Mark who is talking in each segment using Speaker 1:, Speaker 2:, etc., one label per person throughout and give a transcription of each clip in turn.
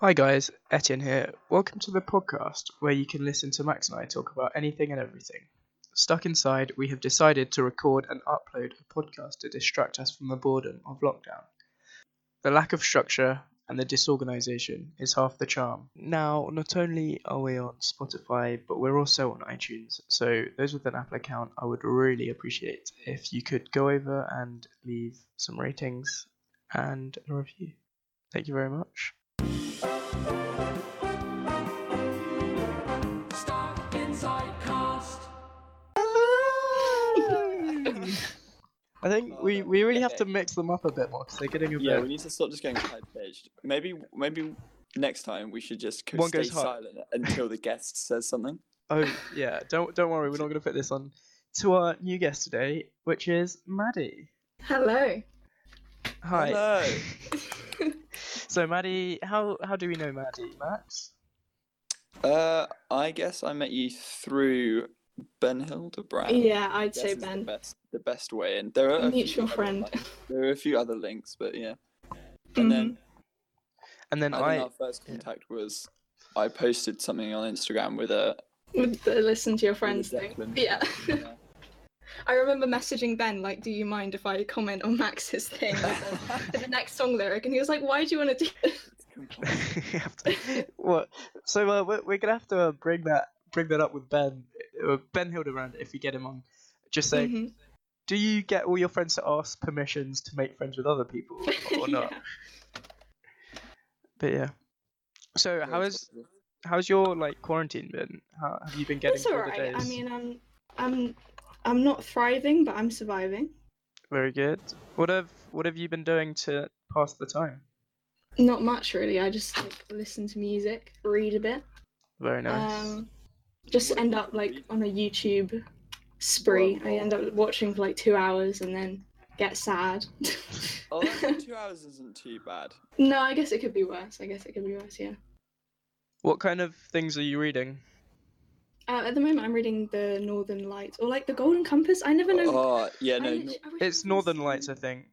Speaker 1: Hi guys, Etienne here. Welcome to the podcast where you can listen to Max and I talk about anything and everything. Stuck inside, we have decided to record and upload a podcast to distract us from the boredom of lockdown. The lack of structure and the disorganization is half the charm. Now, not only are we on Spotify, but we're also on iTunes, so those with an Apple account, I would really appreciate if you could go over and leave some ratings and a review. Thank you very much.
Speaker 2: Stuck inside cast.
Speaker 1: I think
Speaker 3: Oh,
Speaker 1: we, we
Speaker 3: that would
Speaker 1: really
Speaker 3: be
Speaker 1: have to
Speaker 3: epic.
Speaker 1: mix them up a bit more because they're getting a
Speaker 3: Yeah, we
Speaker 1: bit.
Speaker 3: need to stop just getting high pitched. Maybe, maybe next time we should just co-
Speaker 1: One
Speaker 3: stay
Speaker 1: goes high.
Speaker 3: silent until the guest says something.
Speaker 1: Oh yeah, don't don't worry, we're not going to put this on to our new guest today, which is Maddie.
Speaker 4: Hello.
Speaker 1: Hi.
Speaker 3: Hello.
Speaker 1: so Maddie, how how do we know Maddie, Max?
Speaker 3: Uh, I guess I met you through Ben Hildebrand.
Speaker 4: yeah, I'd
Speaker 3: Guess
Speaker 4: say
Speaker 3: is The
Speaker 4: Ben.
Speaker 3: best, the best way in. There are a few
Speaker 4: Mutual
Speaker 3: other
Speaker 4: friend. Mm-hmm.
Speaker 3: links- There are a few other links, but yeah. And
Speaker 1: And
Speaker 3: then,
Speaker 1: then
Speaker 3: and then
Speaker 1: I,
Speaker 3: our first
Speaker 1: yeah.
Speaker 3: contact was I posted something on Instagram with a
Speaker 4: With the listen to your friends
Speaker 3: with a
Speaker 4: thing.
Speaker 3: Declan. uh,
Speaker 4: Yeah. I remember messaging Ben, like, do you mind if I comment on Max's thing? with the the next song lyric? And he was like, why do you want to do this?
Speaker 1: We have to- what? So uh, we're we're gonna have to uh, bring that bring that up with Ben uh, Ben Hildebrand if we get him on. Just saying,
Speaker 4: Mhm.
Speaker 1: do you get all your friends to ask permissions to make friends with other people or not?
Speaker 4: Yeah.
Speaker 1: But yeah. So how is how's your like quarantine been? How have you been getting
Speaker 4: It's
Speaker 1: through the
Speaker 4: alright.
Speaker 1: days?
Speaker 4: I mean, I'm, I'm, I'm not thriving, but I'm surviving.
Speaker 1: Very good. What have what have you been doing to pass the time?
Speaker 4: Not much, really. I just like, listen to music, read a bit.
Speaker 1: Very nice.
Speaker 4: Um, just
Speaker 3: What have
Speaker 4: end
Speaker 3: you
Speaker 4: up
Speaker 3: been
Speaker 4: like
Speaker 3: reading?
Speaker 4: on a YouTube spree. I end up watching for like two hours and then get sad.
Speaker 3: Oh, that's- two hours isn't too bad.
Speaker 4: no, I guess it could be worse. I guess it could be worse. Yeah.
Speaker 1: what kind of things are you reading?
Speaker 4: Uh, at the moment, I'm reading the Northern Lights or like the Golden Compass. I never know.
Speaker 3: Oh, yeah,
Speaker 4: I
Speaker 3: no.
Speaker 4: literally-
Speaker 3: no-
Speaker 4: I wish I
Speaker 1: It's
Speaker 4: could
Speaker 1: Northern
Speaker 4: see-
Speaker 1: Lights, I think.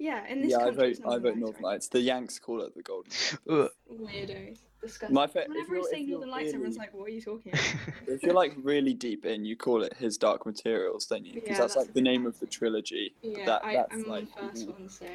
Speaker 4: Yeah, in this
Speaker 3: Yeah, I
Speaker 4: country,
Speaker 3: vote.
Speaker 4: it's
Speaker 3: I vote
Speaker 4: Northern
Speaker 3: Northern Lights. The Yanks call it the Golden.
Speaker 1: Ugh.
Speaker 4: Lights. Weirdos. Disgusting.
Speaker 3: My fa- if
Speaker 4: Whenever I
Speaker 3: you're-
Speaker 4: say
Speaker 3: if you're
Speaker 4: Northern Lights, everyone's
Speaker 3: really-
Speaker 4: like, "What are you
Speaker 1: Uh,
Speaker 4: talking about?"
Speaker 3: If you're like really deep in, you call it His Dark Materials, don't you? Because
Speaker 4: Yeah,
Speaker 3: that's,
Speaker 4: that's
Speaker 3: like the
Speaker 4: a bit
Speaker 3: name
Speaker 4: bad.
Speaker 3: of the trilogy.
Speaker 4: yeah,
Speaker 3: that-
Speaker 4: I,
Speaker 3: that's
Speaker 4: I'm on
Speaker 3: like-
Speaker 4: the first
Speaker 3: mhm.
Speaker 4: one, so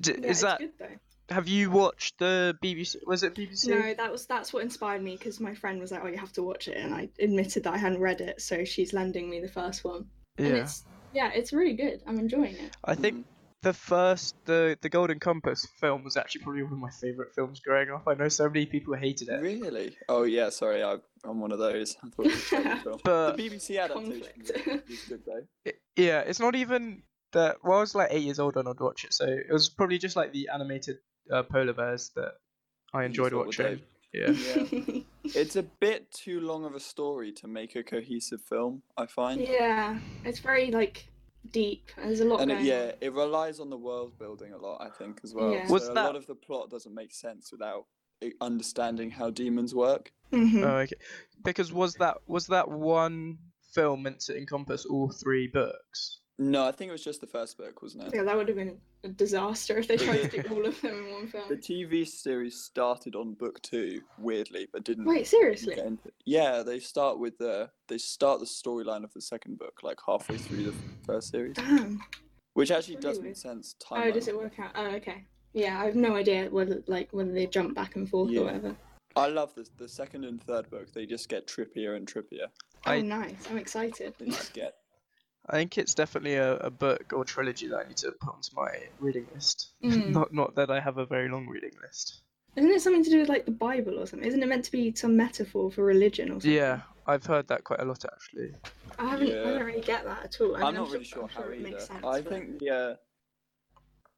Speaker 1: D-
Speaker 4: yeah,
Speaker 1: is
Speaker 4: it's
Speaker 1: that
Speaker 4: good though.
Speaker 1: have you watched the BBC was it BBC?
Speaker 4: No, that was that's what inspired me because my friend was like, "Oh, you have to watch it," and I admitted that I hadn't read it, so she's lending me the first one. And
Speaker 1: yeah.
Speaker 4: it's, yeah, it's really good. I'm enjoying it.
Speaker 1: I think the first the the Golden Compass film was actually probably one of my favorite films growing up. I know so many people hated it.
Speaker 3: Really? Oh yeah. Sorry, I, I'm one of those. I thought it was Golden Film. the
Speaker 1: But
Speaker 3: BBC adaptation
Speaker 4: Conflict.
Speaker 3: is good though.
Speaker 1: it- yeah, it's not even that. Well, I was like eight years old and I'd watch it, so it was probably just like the animated uh, polar bears that I
Speaker 3: You
Speaker 1: enjoyed
Speaker 3: thought were
Speaker 1: watching.
Speaker 3: dope.
Speaker 1: Yeah,
Speaker 3: It's a bit too long of a story to make a cohesive film. I find.
Speaker 4: yeah, it's very like deep. and There's a lot
Speaker 3: And it,
Speaker 4: going
Speaker 3: yeah, it relies on the world building a lot, I think, as well.
Speaker 4: Yeah.
Speaker 3: So
Speaker 1: Was
Speaker 3: a
Speaker 1: that-
Speaker 3: lot of the plot doesn't make sense without i- understanding how demons work.
Speaker 4: on. Mhm.
Speaker 1: Oh, okay. Because was that was that one film meant to encompass all three books?
Speaker 3: No, I think it was just the first book, wasn't it?
Speaker 4: yeah, that would have been a disaster if they tried to do all of them in one
Speaker 3: The
Speaker 4: film.
Speaker 3: TV series started on book two, weirdly, but didn't.
Speaker 4: Wait, seriously?
Speaker 3: get into- Yeah, they start with the they start the storyline of the second book like halfway through the f- first series,
Speaker 4: Damn.
Speaker 3: which actually does
Speaker 4: Really?
Speaker 3: make sense.
Speaker 4: Oh, does it
Speaker 3: timeline.
Speaker 4: work out? Oh, okay. Yeah, I have no idea whether like whether they jump back and forth
Speaker 3: Yeah.
Speaker 4: or whatever.
Speaker 3: I love this. The second and third book, they just get trippier and trippier.
Speaker 1: I-
Speaker 4: Oh, nice. I'm excited.
Speaker 3: They just get
Speaker 1: I think it's definitely a, a book or trilogy that I need to put onto my reading list.
Speaker 4: Mm.
Speaker 1: not not that I have a very long reading list.
Speaker 4: Isn't it something to do with like the Bible or something? Isn't it meant to be some metaphor for religion or something?
Speaker 1: Yeah, I've heard that quite a lot actually.
Speaker 4: I haven't.
Speaker 3: Yeah.
Speaker 4: I don't really get that at all. I
Speaker 3: I'm,
Speaker 4: mean,
Speaker 3: not really
Speaker 4: I'm
Speaker 3: sure how
Speaker 4: it
Speaker 3: either.
Speaker 4: makes sense,
Speaker 3: I
Speaker 4: but-
Speaker 3: think the uh,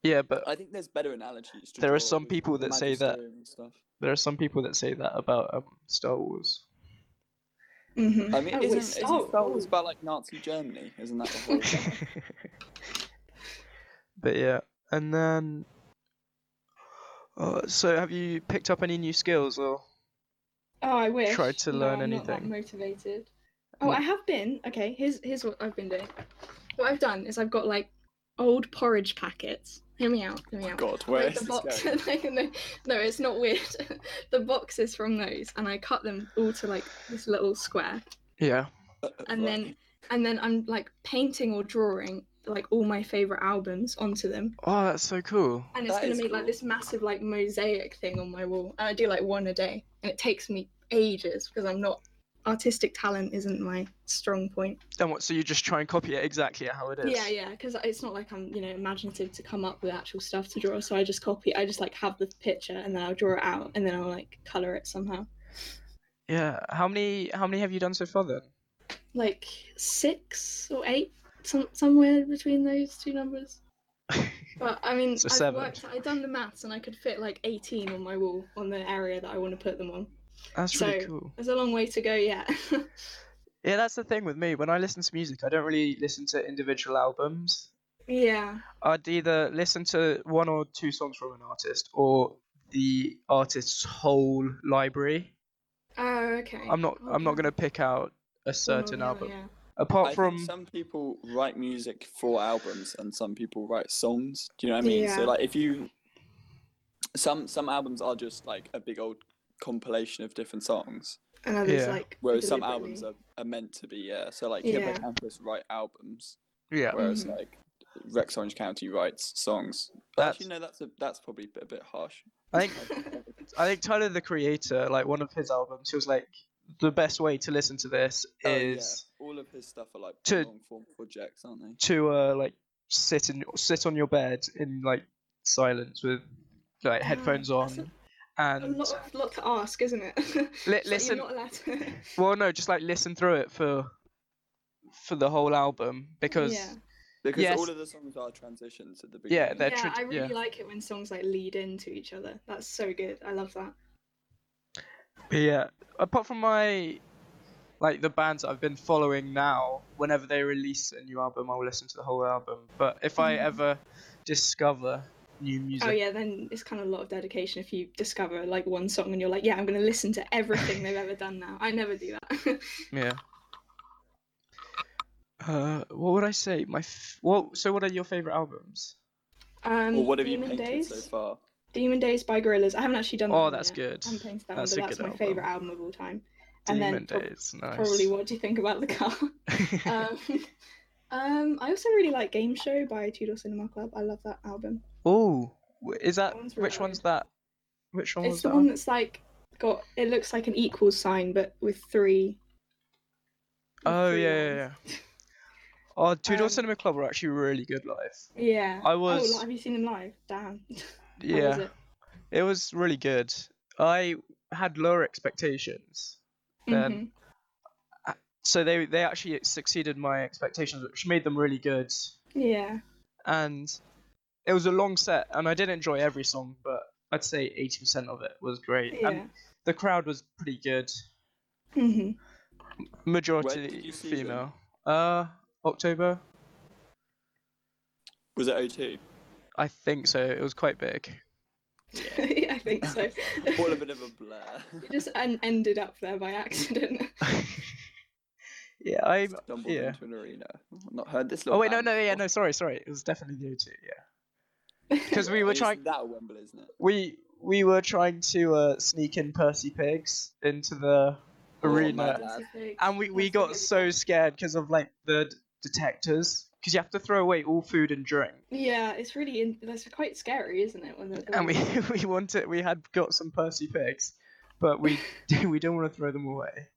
Speaker 1: Yeah, but
Speaker 3: I think there's better analogies. To
Speaker 1: There are
Speaker 3: draw
Speaker 1: some
Speaker 3: with
Speaker 1: people that say that-
Speaker 3: magisterium and Stuff.
Speaker 1: there are some people that say that about um, Star Wars.
Speaker 4: Mhm.
Speaker 3: I mean,
Speaker 4: Oh,
Speaker 3: isn't,
Speaker 4: it's
Speaker 3: isn't
Speaker 4: Star
Speaker 3: Star Wars
Speaker 4: Wars.
Speaker 3: about like Nazi Germany? Isn't that the whole thing?
Speaker 1: but yeah, and then. Uh, so, have you picked up any new skills or?
Speaker 4: Oh, I wish.
Speaker 1: tried to
Speaker 4: No,
Speaker 1: learn
Speaker 4: I'm Not that
Speaker 1: anything.
Speaker 4: motivated. Oh,
Speaker 1: Mm.
Speaker 4: I have been. Okay, here's here's what I've been doing. What I've done is I've got like old porridge packets. Hear me out. Hear me out.
Speaker 3: Oh God, where
Speaker 4: Like,
Speaker 3: is
Speaker 4: the
Speaker 3: this
Speaker 4: box,
Speaker 3: going?
Speaker 4: no, no, no, it's not weird. the boxes from those, and I cut them all to like this little square,
Speaker 1: Yeah.
Speaker 4: and
Speaker 3: Right.
Speaker 4: then and then I'm like painting or drawing like all my favorite albums onto them,
Speaker 1: Oh, that's so cool.
Speaker 4: and it's
Speaker 3: That
Speaker 4: gonna
Speaker 3: is
Speaker 4: make like
Speaker 3: cool.
Speaker 4: this massive like mosaic thing on my wall. And I do like one a day, and it takes me ages because I'm not artistic talent isn't my strong point.
Speaker 1: Then what? So you just try and copy it exactly how it is.
Speaker 4: Yeah, yeah, because it's not like I'm, you know, imaginative to come up with actual stuff to draw. So I just copy. I just like have the picture and then I'll draw it out and then I'll like color it somehow.
Speaker 1: Yeah. How many? How many have you done so far then?
Speaker 4: Like six or eight, some somewhere between those two numbers. But I mean,
Speaker 1: So
Speaker 4: I've
Speaker 1: seven.
Speaker 4: worked. I've done the maths and I could fit like 18 on my wall on the area that I want to put them on.
Speaker 1: That's really
Speaker 4: So-
Speaker 1: cool.
Speaker 4: There's a long way to go yet.
Speaker 1: Yeah, that's the thing with me. When I listen to music, I don't really listen to individual albums.
Speaker 4: yeah,
Speaker 1: I'd either listen to one or two songs from an artist or the artist's whole library.
Speaker 4: Oh, okay.
Speaker 1: I'm not. I'm not
Speaker 4: Okay.
Speaker 1: gonna pick out a
Speaker 4: One or
Speaker 1: certain
Speaker 4: the other,
Speaker 1: album.
Speaker 4: Mm, yeah.
Speaker 1: Apart
Speaker 3: I
Speaker 1: from
Speaker 3: think some people write music for albums and some people write songs. Do you know what I mean? So
Speaker 4: Yeah.
Speaker 3: like if you some some albums are just like a big old compilation of different songs.
Speaker 4: And others
Speaker 1: Yeah.
Speaker 4: like.
Speaker 3: Whereas some
Speaker 4: deliberately-
Speaker 3: albums are, are meant to be, yeah. So like Hippo
Speaker 4: Yeah.
Speaker 3: Campus write albums.
Speaker 1: yeah,
Speaker 3: Whereas
Speaker 4: Mhm.
Speaker 3: like Rex Orange County writes songs.
Speaker 1: That's-
Speaker 3: Actually no, that's a, that's probably a bit, a bit harsh.
Speaker 1: I think I think Tyler the Creator, like one of his albums, he was like, the best way to listen to this
Speaker 3: Oh, yeah.
Speaker 1: is
Speaker 3: all of his stuff are like
Speaker 1: To-
Speaker 3: long form projects, aren't they?
Speaker 1: to uh like sit in sit on your bed in like silence with like
Speaker 4: Yeah,
Speaker 1: headphones
Speaker 4: Mm, that's
Speaker 1: on
Speaker 4: A
Speaker 1: and
Speaker 4: lot, of- lot to ask, isn't it? It's
Speaker 1: li-
Speaker 4: like
Speaker 1: listen.
Speaker 4: You're not allowed to...
Speaker 1: Well, no, just like listen through it for for the whole album because
Speaker 4: yeah,
Speaker 3: Because
Speaker 1: Yes.
Speaker 3: all of the songs are transitions at the
Speaker 1: Yeah,
Speaker 3: beginning.
Speaker 1: they're
Speaker 4: yeah
Speaker 1: trad-
Speaker 4: I really
Speaker 1: yeah.
Speaker 4: like it when songs like lead into each other. That's so good. I love that. Oh,
Speaker 1: But yeah, apart from my like the bands that I've been following now, whenever they release a new album, I'll listen to the whole album. But if I
Speaker 4: Mhm.
Speaker 1: ever discover new music,
Speaker 4: Oh yeah, then it's kind of a lot of dedication if you discover like one song and you're like, yeah, I'm gonna listen to everything they've ever done now. I never do that.
Speaker 1: yeah. Uh, what would I say? My f- what? So, what are your favorite albums?
Speaker 4: um,
Speaker 3: Or what have you
Speaker 4: Demon
Speaker 3: painted
Speaker 4: Days.
Speaker 3: so far?
Speaker 4: Demon Days by Gorillaz. I haven't actually done. that
Speaker 1: Oh,
Speaker 4: one
Speaker 1: that's
Speaker 4: yet.
Speaker 1: good.
Speaker 4: I haven't painted that
Speaker 1: That's a
Speaker 4: one, but that's
Speaker 1: good
Speaker 4: my
Speaker 1: album.
Speaker 4: favorite album of all time. And
Speaker 1: Demon
Speaker 4: then prob-
Speaker 1: Days, nice.
Speaker 4: probably what do you think about the car? um, um, I also really like Game Show by Tudor Cinema Club. I love that album.
Speaker 1: oh, is that
Speaker 4: one's
Speaker 1: which
Speaker 4: really-
Speaker 1: one's that? Which one
Speaker 4: it's
Speaker 1: was
Speaker 4: the
Speaker 1: that?
Speaker 4: one that's like got it looks like an equals sign but with three. with
Speaker 1: Oh
Speaker 4: three
Speaker 1: yeah, yeah,
Speaker 4: lines.
Speaker 1: yeah. Oh, Two Door
Speaker 4: Um,
Speaker 1: Cinema Club were actually really good live.
Speaker 4: Yeah.
Speaker 1: I was-
Speaker 4: Oh, li- have you seen them live? Damn. How was
Speaker 1: Yeah,
Speaker 4: it?
Speaker 1: it was really good. I had lower expectations, Then-
Speaker 4: Mhm.
Speaker 1: so they they actually succeeded my expectations, which made them really good.
Speaker 4: Yeah.
Speaker 1: And it was a long set, and I did enjoy every song, but I'd say eighty percent of it was great,
Speaker 4: Yeah.
Speaker 1: and the crowd was pretty good.
Speaker 4: hmm
Speaker 3: did
Speaker 1: Majority
Speaker 3: you see them?
Speaker 1: female. Uh, October,
Speaker 3: Was it O2?
Speaker 1: I think so. It was quite big.
Speaker 4: yeah, I think so.
Speaker 3: All a bit of a blur.
Speaker 4: You just en- ended up there by accident.
Speaker 1: yeah, I.
Speaker 3: Stumbled
Speaker 1: Yeah.
Speaker 3: into an arena. I've not heard this.
Speaker 1: Oh
Speaker 3: little
Speaker 1: wait, no,
Speaker 3: band
Speaker 1: no, yeah,
Speaker 3: before.
Speaker 1: no. Sorry, sorry. It was definitely the O2. Yeah, because we were
Speaker 3: It's
Speaker 1: trying.
Speaker 3: that Wembley, isn't it?
Speaker 1: We we were trying to uh, sneak in Percy Pigs into the
Speaker 3: Oh,
Speaker 1: arena,
Speaker 3: man.
Speaker 1: and we, we
Speaker 4: That's
Speaker 1: got
Speaker 4: really
Speaker 1: so scared because of like the d- detectors, because you have to throw away all food and drink.
Speaker 4: Yeah, it's really in- that's quite scary, isn't it? When they're
Speaker 1: And we we wanted we had got some Percy Pigs, but we we don't want to throw them away.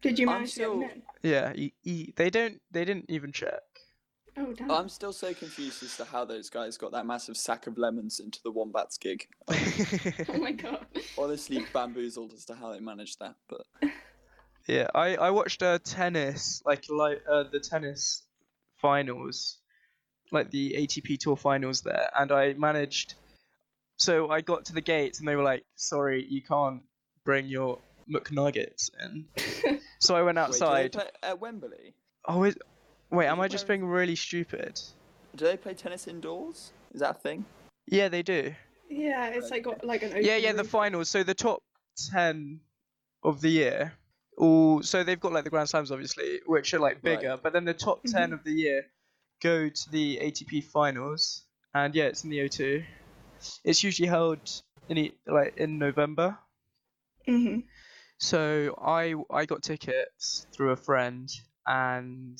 Speaker 4: did you
Speaker 3: I'm
Speaker 4: manage to
Speaker 3: still-
Speaker 4: get them
Speaker 1: Yeah, e- e- they don't they didn't even check.
Speaker 4: in? Oh damn!
Speaker 3: I'm still so confused as to how those guys got that massive sack of lemons into the Wombats gig.
Speaker 4: oh my god!
Speaker 3: Honestly, bamboozled as to how they managed that. But
Speaker 1: Yeah, I I watched uh, tennis like like uh, the tennis finals, like the ATP Tour finals there, and I managed. So I got to the gates and they were like, "Sorry, you can't bring your McNuggets in." so I went
Speaker 3: Wait,
Speaker 1: outside.
Speaker 3: do they play at Wembley?
Speaker 1: oh, is, wait, am
Speaker 3: it
Speaker 1: I just
Speaker 3: where-
Speaker 1: being really stupid?
Speaker 3: Do they play tennis indoors? Is that a thing?
Speaker 1: Yeah, they do.
Speaker 4: Yeah, it's like got like an open
Speaker 1: Yeah, yeah, the
Speaker 4: roof.
Speaker 1: finals. So the top ten of the year. All so they've got like the Grand Slams, obviously, which are like
Speaker 3: Right.
Speaker 1: bigger, but then the top 10 of the year go to the ATP finals, and yeah, it's in the O2. It's usually held in e- like in November.
Speaker 4: hmm
Speaker 1: So I I got tickets through a friend, and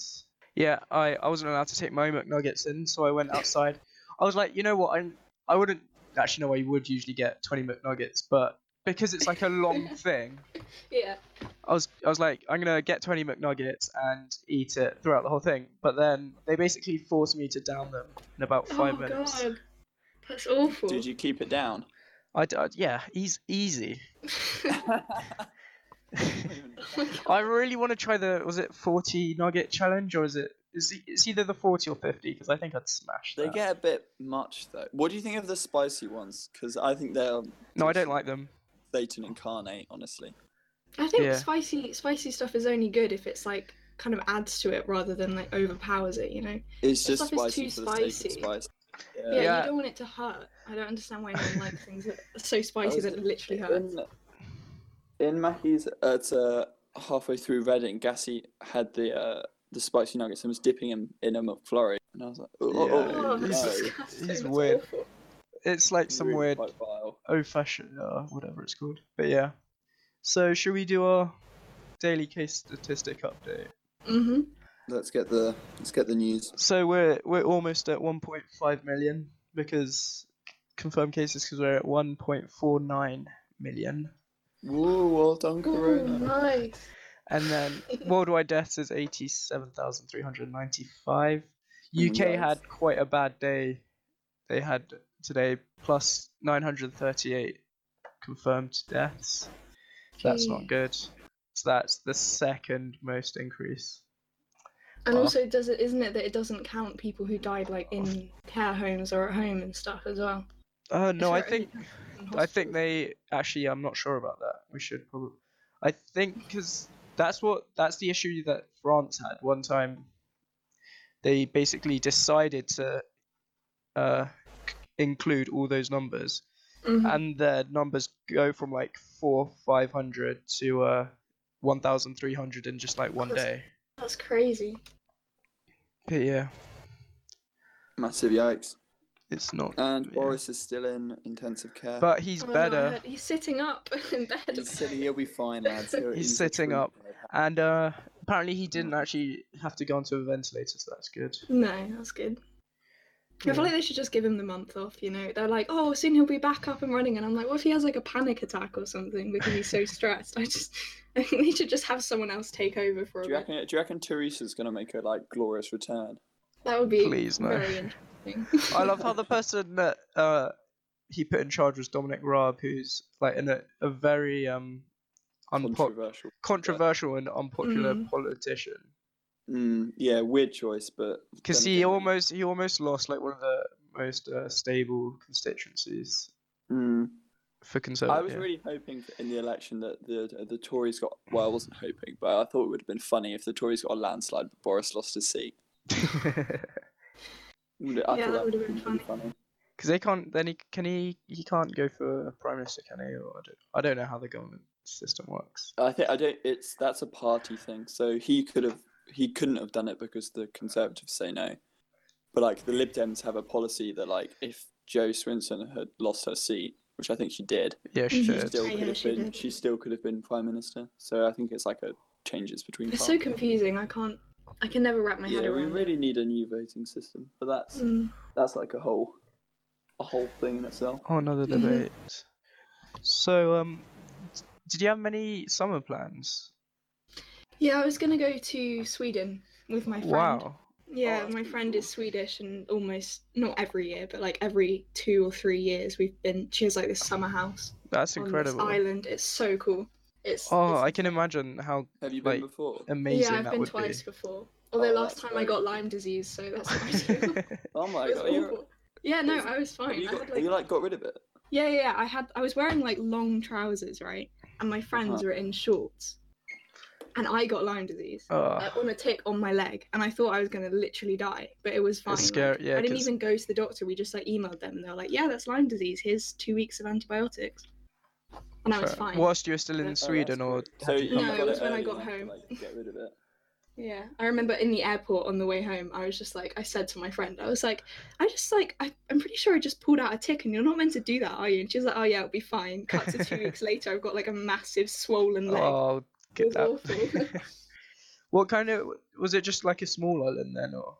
Speaker 1: yeah, I, I wasn't allowed to take my McNuggets in, so I went outside. I was like, you know what, I I wouldn't actually know I would usually get twenty McNuggets, but because it's like a long thing,
Speaker 4: Yeah.
Speaker 1: I was I was like, I'm gonna get twenty McNuggets and eat it throughout the whole thing. But then they basically forced me to down them in about five
Speaker 4: oh
Speaker 1: minutes.
Speaker 4: god, that's awful.
Speaker 3: Did you keep it down?
Speaker 1: I, d- I- yeah, eas easy. I really want to try the was it forty nugget challenge or is it is it- it's either the forty or fifty because I think I'd smash
Speaker 3: they
Speaker 1: that.
Speaker 3: get a bit much though. What do you think of the spicy ones? Because I think they're
Speaker 1: no, I don't like them.
Speaker 3: Satan incarnate, honestly.
Speaker 4: I think
Speaker 1: Yeah.
Speaker 4: spicy spicy stuff is only good if it's like kind of adds to it rather than like overpowers it. You know.
Speaker 3: It's
Speaker 4: The
Speaker 3: just
Speaker 4: stuff is
Speaker 3: spicy
Speaker 4: too
Speaker 3: for the sake
Speaker 4: spicy.
Speaker 3: of spice.
Speaker 4: Yeah,
Speaker 1: Yeah.
Speaker 4: you don't want it to hurt. I don't understand why anyone likes things that are so spicy
Speaker 3: was-
Speaker 4: that it literally hurts.
Speaker 3: In, in Mackey's at uh, halfway through Reading, Gassy had the uh, the spicy nuggets and was dipping them in a McFlurry, and I was like, oh,
Speaker 1: Yeah,
Speaker 3: oh,
Speaker 4: Oh, that's
Speaker 1: he's-
Speaker 3: no.
Speaker 4: disgusting.
Speaker 1: he's
Speaker 4: that's
Speaker 1: weird.
Speaker 4: awful.
Speaker 1: It's like some
Speaker 3: Really
Speaker 1: weird
Speaker 3: quite vile.
Speaker 1: old fashioned uh, whatever it's called. But yeah, so should we do our daily case statistic update?
Speaker 4: Mhm.
Speaker 3: Let's get the let's get the news.
Speaker 1: So we're we're almost at 1.5 million because confirmed cases because we're at 1.49 million,
Speaker 3: Whoa, well done,
Speaker 4: Oh,
Speaker 3: Corona.
Speaker 4: nice.
Speaker 1: and then worldwide deaths is 87,395.
Speaker 4: Oh
Speaker 1: UK
Speaker 3: Nice.
Speaker 1: had quite a bad day. They had today plus 938 confirmed deaths. That's not
Speaker 4: Gee.
Speaker 1: good. So that's the second most increase.
Speaker 4: And
Speaker 1: Oh.
Speaker 4: also, does it isn't it that it doesn't count people who died like in care homes or at home and stuff as well?
Speaker 1: Uh, no, I
Speaker 4: there any
Speaker 1: think I think they actually. I'm not sure about that. We should probably. I think because that's what that's the issue that France had one time. They basically decided to uh, c- include all those numbers,
Speaker 4: Mhm.
Speaker 1: and the numbers go from like four five hundred to uh, one thousand three hundred in just like one
Speaker 4: That's-
Speaker 1: day.
Speaker 4: That's crazy.
Speaker 1: But yeah,
Speaker 3: Massive yikes.
Speaker 1: it's not.
Speaker 3: And
Speaker 1: Yeah.
Speaker 3: Boris is still in intensive care.
Speaker 1: But he's
Speaker 4: Oh, no, Oh, I
Speaker 1: better.
Speaker 4: heard- he's sitting up in bed.
Speaker 3: he's sitting, he'll be fine, lads. He'll-
Speaker 1: He's
Speaker 3: the
Speaker 1: sitting
Speaker 3: truth,
Speaker 1: up.
Speaker 3: bro.
Speaker 1: And uh, apparently, he didn't actually have to go onto a ventilator, so that's good.
Speaker 4: No, that's good. I
Speaker 1: Yeah.
Speaker 4: feel like they should just give him the month off, you know? They're like, oh, soon he'll be back up and running. And I'm like, what if he has like a panic attack or something because he's so stressed? I just, I think they should just have someone else take over for a
Speaker 3: Do you
Speaker 4: bit.
Speaker 3: reckon? Do you reckon Teresa's gonna make her like glorious return?
Speaker 4: That would be
Speaker 1: Please, no.
Speaker 4: very interesting.
Speaker 1: I love how the person that uh, he put in charge was Dominic Raab, who's like in a, a very um, unpo-
Speaker 3: Controversial.
Speaker 1: controversial and unpopular
Speaker 4: Mm.
Speaker 1: politician.
Speaker 3: Mm, yeah, weird choice, but
Speaker 1: Because
Speaker 3: then
Speaker 1: he
Speaker 3: again-
Speaker 1: almost he almost lost like one of the most uh, stable constituencies
Speaker 3: Mm.
Speaker 1: for
Speaker 3: I was
Speaker 1: Conservative.
Speaker 3: really hoping for- in the election that the the Tories got. Well, I wasn't hoping, but I thought it would have been funny if the Tories got a landslide, but Boris lost his seat. Would- I
Speaker 4: Yeah,
Speaker 3: thought
Speaker 4: that would have been
Speaker 3: pretty funny.
Speaker 1: Because they can't. Then he can he he can't go for prime minister, can he? Or I don't, I don't know how the government system works.
Speaker 3: I think I don't. It's that's a party thing. So he could have. He couldn't have done it because the Conservatives say no. But like the Lib Dems have a policy that like if Joe Swinson had lost her seat, which I think she did,
Speaker 1: Yeah, she
Speaker 4: Mhm.
Speaker 3: she
Speaker 1: should.
Speaker 3: still
Speaker 4: Yeah,
Speaker 3: could have
Speaker 4: she
Speaker 3: been.
Speaker 4: did.
Speaker 3: She still could have been prime minister. So I think it's like a changes between.
Speaker 4: It's so
Speaker 3: parties.
Speaker 4: confusing. I can't, I can never wrap my head
Speaker 3: yeah, we
Speaker 4: around it.
Speaker 3: really need a new voting system, but that's
Speaker 4: Mm.
Speaker 3: that's like a whole a whole thing in itself.
Speaker 1: Oh, another
Speaker 4: Mhm.
Speaker 1: debate. So, um, d- did you have many summer plans?
Speaker 4: Yeah, I was going to go to Sweden with my friend.
Speaker 1: Wow.
Speaker 4: Yeah,
Speaker 3: that's
Speaker 4: my
Speaker 3: pretty
Speaker 4: friend
Speaker 3: cool.
Speaker 4: is Swedish, and almost not every year, but like every two or three years, we've been. She has like this summer house
Speaker 1: That's
Speaker 4: on
Speaker 1: incredible.
Speaker 4: this island. It's so cool. It's
Speaker 1: Oh,
Speaker 4: it's-
Speaker 1: I can imagine how
Speaker 3: Have you been
Speaker 1: Like,
Speaker 3: before?
Speaker 1: amazing
Speaker 4: yeah, I've
Speaker 1: that
Speaker 4: been
Speaker 1: would
Speaker 4: twice before. Although last
Speaker 3: that's
Speaker 4: time I
Speaker 3: very
Speaker 4: got
Speaker 3: cool.
Speaker 4: Lyme disease, so that's what I do.
Speaker 1: be.
Speaker 3: Oh my
Speaker 4: It was
Speaker 3: god, you're-
Speaker 4: awful. Yeah, no,
Speaker 3: Is-
Speaker 4: I was
Speaker 3: have
Speaker 4: fine.
Speaker 3: you,
Speaker 4: I
Speaker 3: got,
Speaker 4: had,
Speaker 3: have you like got rid of it?
Speaker 4: Yeah, yeah, yeah, I had I was wearing like long trousers, right? And my friends
Speaker 3: Uh-huh.
Speaker 4: were in shorts. And I got Lyme disease.
Speaker 1: oh,
Speaker 4: like, on a tick on my leg, and I thought I was gonna literally die, but it was fine. like,
Speaker 1: scary- yeah,
Speaker 4: I didn't
Speaker 1: 'cause-
Speaker 4: even go to the doctor. We just like emailed them. and They were like, "Yeah, that's Lyme disease. Here's two weeks of antibiotics," and I was
Speaker 1: fair-
Speaker 4: fine.
Speaker 1: whilst you were still
Speaker 4: Oh,
Speaker 1: in
Speaker 4: that's
Speaker 1: Sweden,
Speaker 3: Oh,
Speaker 1: or
Speaker 3: that's cool. so
Speaker 1: had you
Speaker 3: you
Speaker 1: come
Speaker 4: No,
Speaker 1: back?
Speaker 4: it
Speaker 3: got
Speaker 4: was when I
Speaker 3: early
Speaker 4: got
Speaker 3: enough to,
Speaker 4: home.
Speaker 3: like, get rid of it.
Speaker 4: Yeah, I remember in the airport on the way home, I was just like, I said to my friend, I was like, I just like, I, I'm pretty sure I just pulled out a tick, and you're not meant to do that, are you? And she was like, Oh yeah, it'll be fine. Cut to two weeks later, I've got like a massive swollen leg.
Speaker 1: Oh, get
Speaker 4: was
Speaker 1: that.
Speaker 4: awful.
Speaker 1: what kind of was it? Just like a small island then, or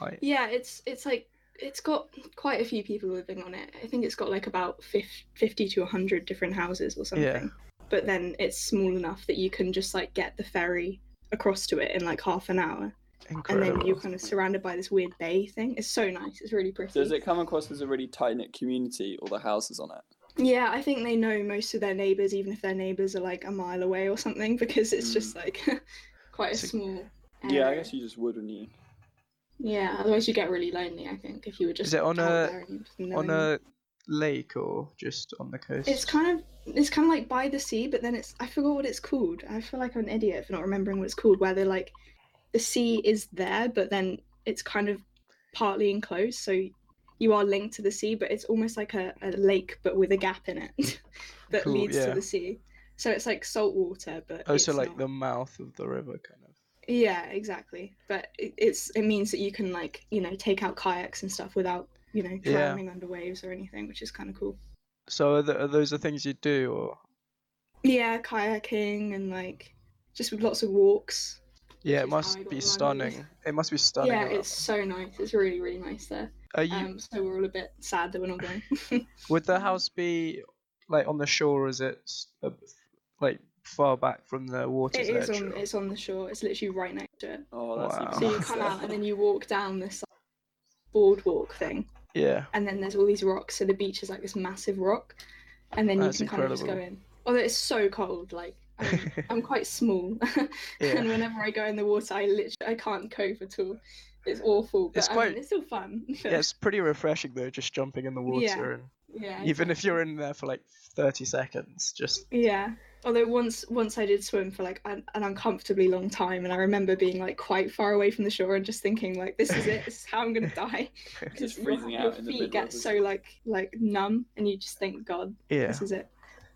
Speaker 1: like
Speaker 4: Yeah, it's it's like it's got quite a few people living on it. I think it's got like about fif- 50 to 100 different houses or something. But then it's small enough that you can just like get the ferry across to it in like half an hour.
Speaker 1: incredible?
Speaker 4: And then you're kind of surrounded by this weird bay thing. It's so nice. It's really pretty.
Speaker 3: Does it come across as a really tight knit community, all the houses on it?
Speaker 4: Yeah, I think they know most of their neighbors, even if their neighbors are like a mile away or something, because it's
Speaker 1: Mm.
Speaker 4: just like quite a
Speaker 1: So-
Speaker 4: small.
Speaker 3: Yeah, I
Speaker 4: area.
Speaker 3: guess you just would, wouldn't you?
Speaker 4: Yeah, otherwise you get really lonely. I think if you were just
Speaker 1: it on
Speaker 4: out
Speaker 1: a-
Speaker 4: there and you didn't know
Speaker 1: on
Speaker 4: anyone.
Speaker 1: a lake or just on the coast?
Speaker 4: It's kind of it's kind of like by the sea, but then it's I forgot what it's called. I feel like I'm an idiot for not remembering what it's called. Where they're like, the sea is there, but then it's kind of partly enclosed, so you are linked to the sea, but it's almost like a, a lake, but with a gap in it that
Speaker 1: Cool,
Speaker 4: leads
Speaker 1: yeah.
Speaker 4: to the sea. So it's like salt water, but
Speaker 1: also
Speaker 4: it's
Speaker 1: Oh, like
Speaker 4: not.
Speaker 1: the mouth of the river, kind of.
Speaker 4: yeah, exactly. But it, it's it means that you can like you know take out kayaks and stuff without you know
Speaker 1: Yeah.
Speaker 4: drowning under waves or anything, which is kind of cool.
Speaker 1: So are, th- are those the things you do, or
Speaker 4: Yeah, kayaking and like just with lots of walks.
Speaker 1: yeah? It
Speaker 4: is how I
Speaker 1: must
Speaker 4: got
Speaker 1: be
Speaker 4: around.
Speaker 1: stunning. It must be stunning.
Speaker 4: yeah,
Speaker 1: up
Speaker 4: it's so nice. It's really, really nice there.
Speaker 1: there. Are you?
Speaker 4: Um, so we're all a bit sad that we're not going.
Speaker 1: would the house be like on the shore? Or is it s- a b- like far back from the water's
Speaker 4: it is
Speaker 1: edge?
Speaker 4: on.
Speaker 1: or-
Speaker 4: it's on the shore. It's literally right next to it.
Speaker 3: Oh, that's
Speaker 1: Wow.
Speaker 3: even
Speaker 4: So you
Speaker 3: nicer.
Speaker 4: come out and then you walk down this like, boardwalk thing,
Speaker 1: yeah.
Speaker 4: and then there's all these rocks. So the beach is like this massive rock, and then
Speaker 1: That's
Speaker 4: you can kind of just go
Speaker 1: incredible.
Speaker 4: in. Although it's so cold, like. I'm, I'm quite small, and
Speaker 1: yeah.
Speaker 4: whenever I go in the water, I literally I can't cope at all. It's awful, but
Speaker 1: It's
Speaker 4: I mean,
Speaker 1: quite-
Speaker 4: it's still fun. but-
Speaker 1: Yeah, it's pretty refreshing though, just jumping in the water and
Speaker 4: yeah,
Speaker 1: even if you're in there for like 30 seconds just
Speaker 4: Yeah. Although once once I did swim for like an, an uncomfortably long time, and I remember being like quite far away from the shore and just thinking like, "This is it. This is how I'm gonna die." Because
Speaker 3: Just freezing
Speaker 4: your,
Speaker 3: out
Speaker 4: your
Speaker 3: in the
Speaker 4: feet
Speaker 3: middle
Speaker 4: get
Speaker 3: of the
Speaker 4: so
Speaker 3: sea.
Speaker 4: like like numb, and you just think, "God,
Speaker 1: yeah
Speaker 4: this is it."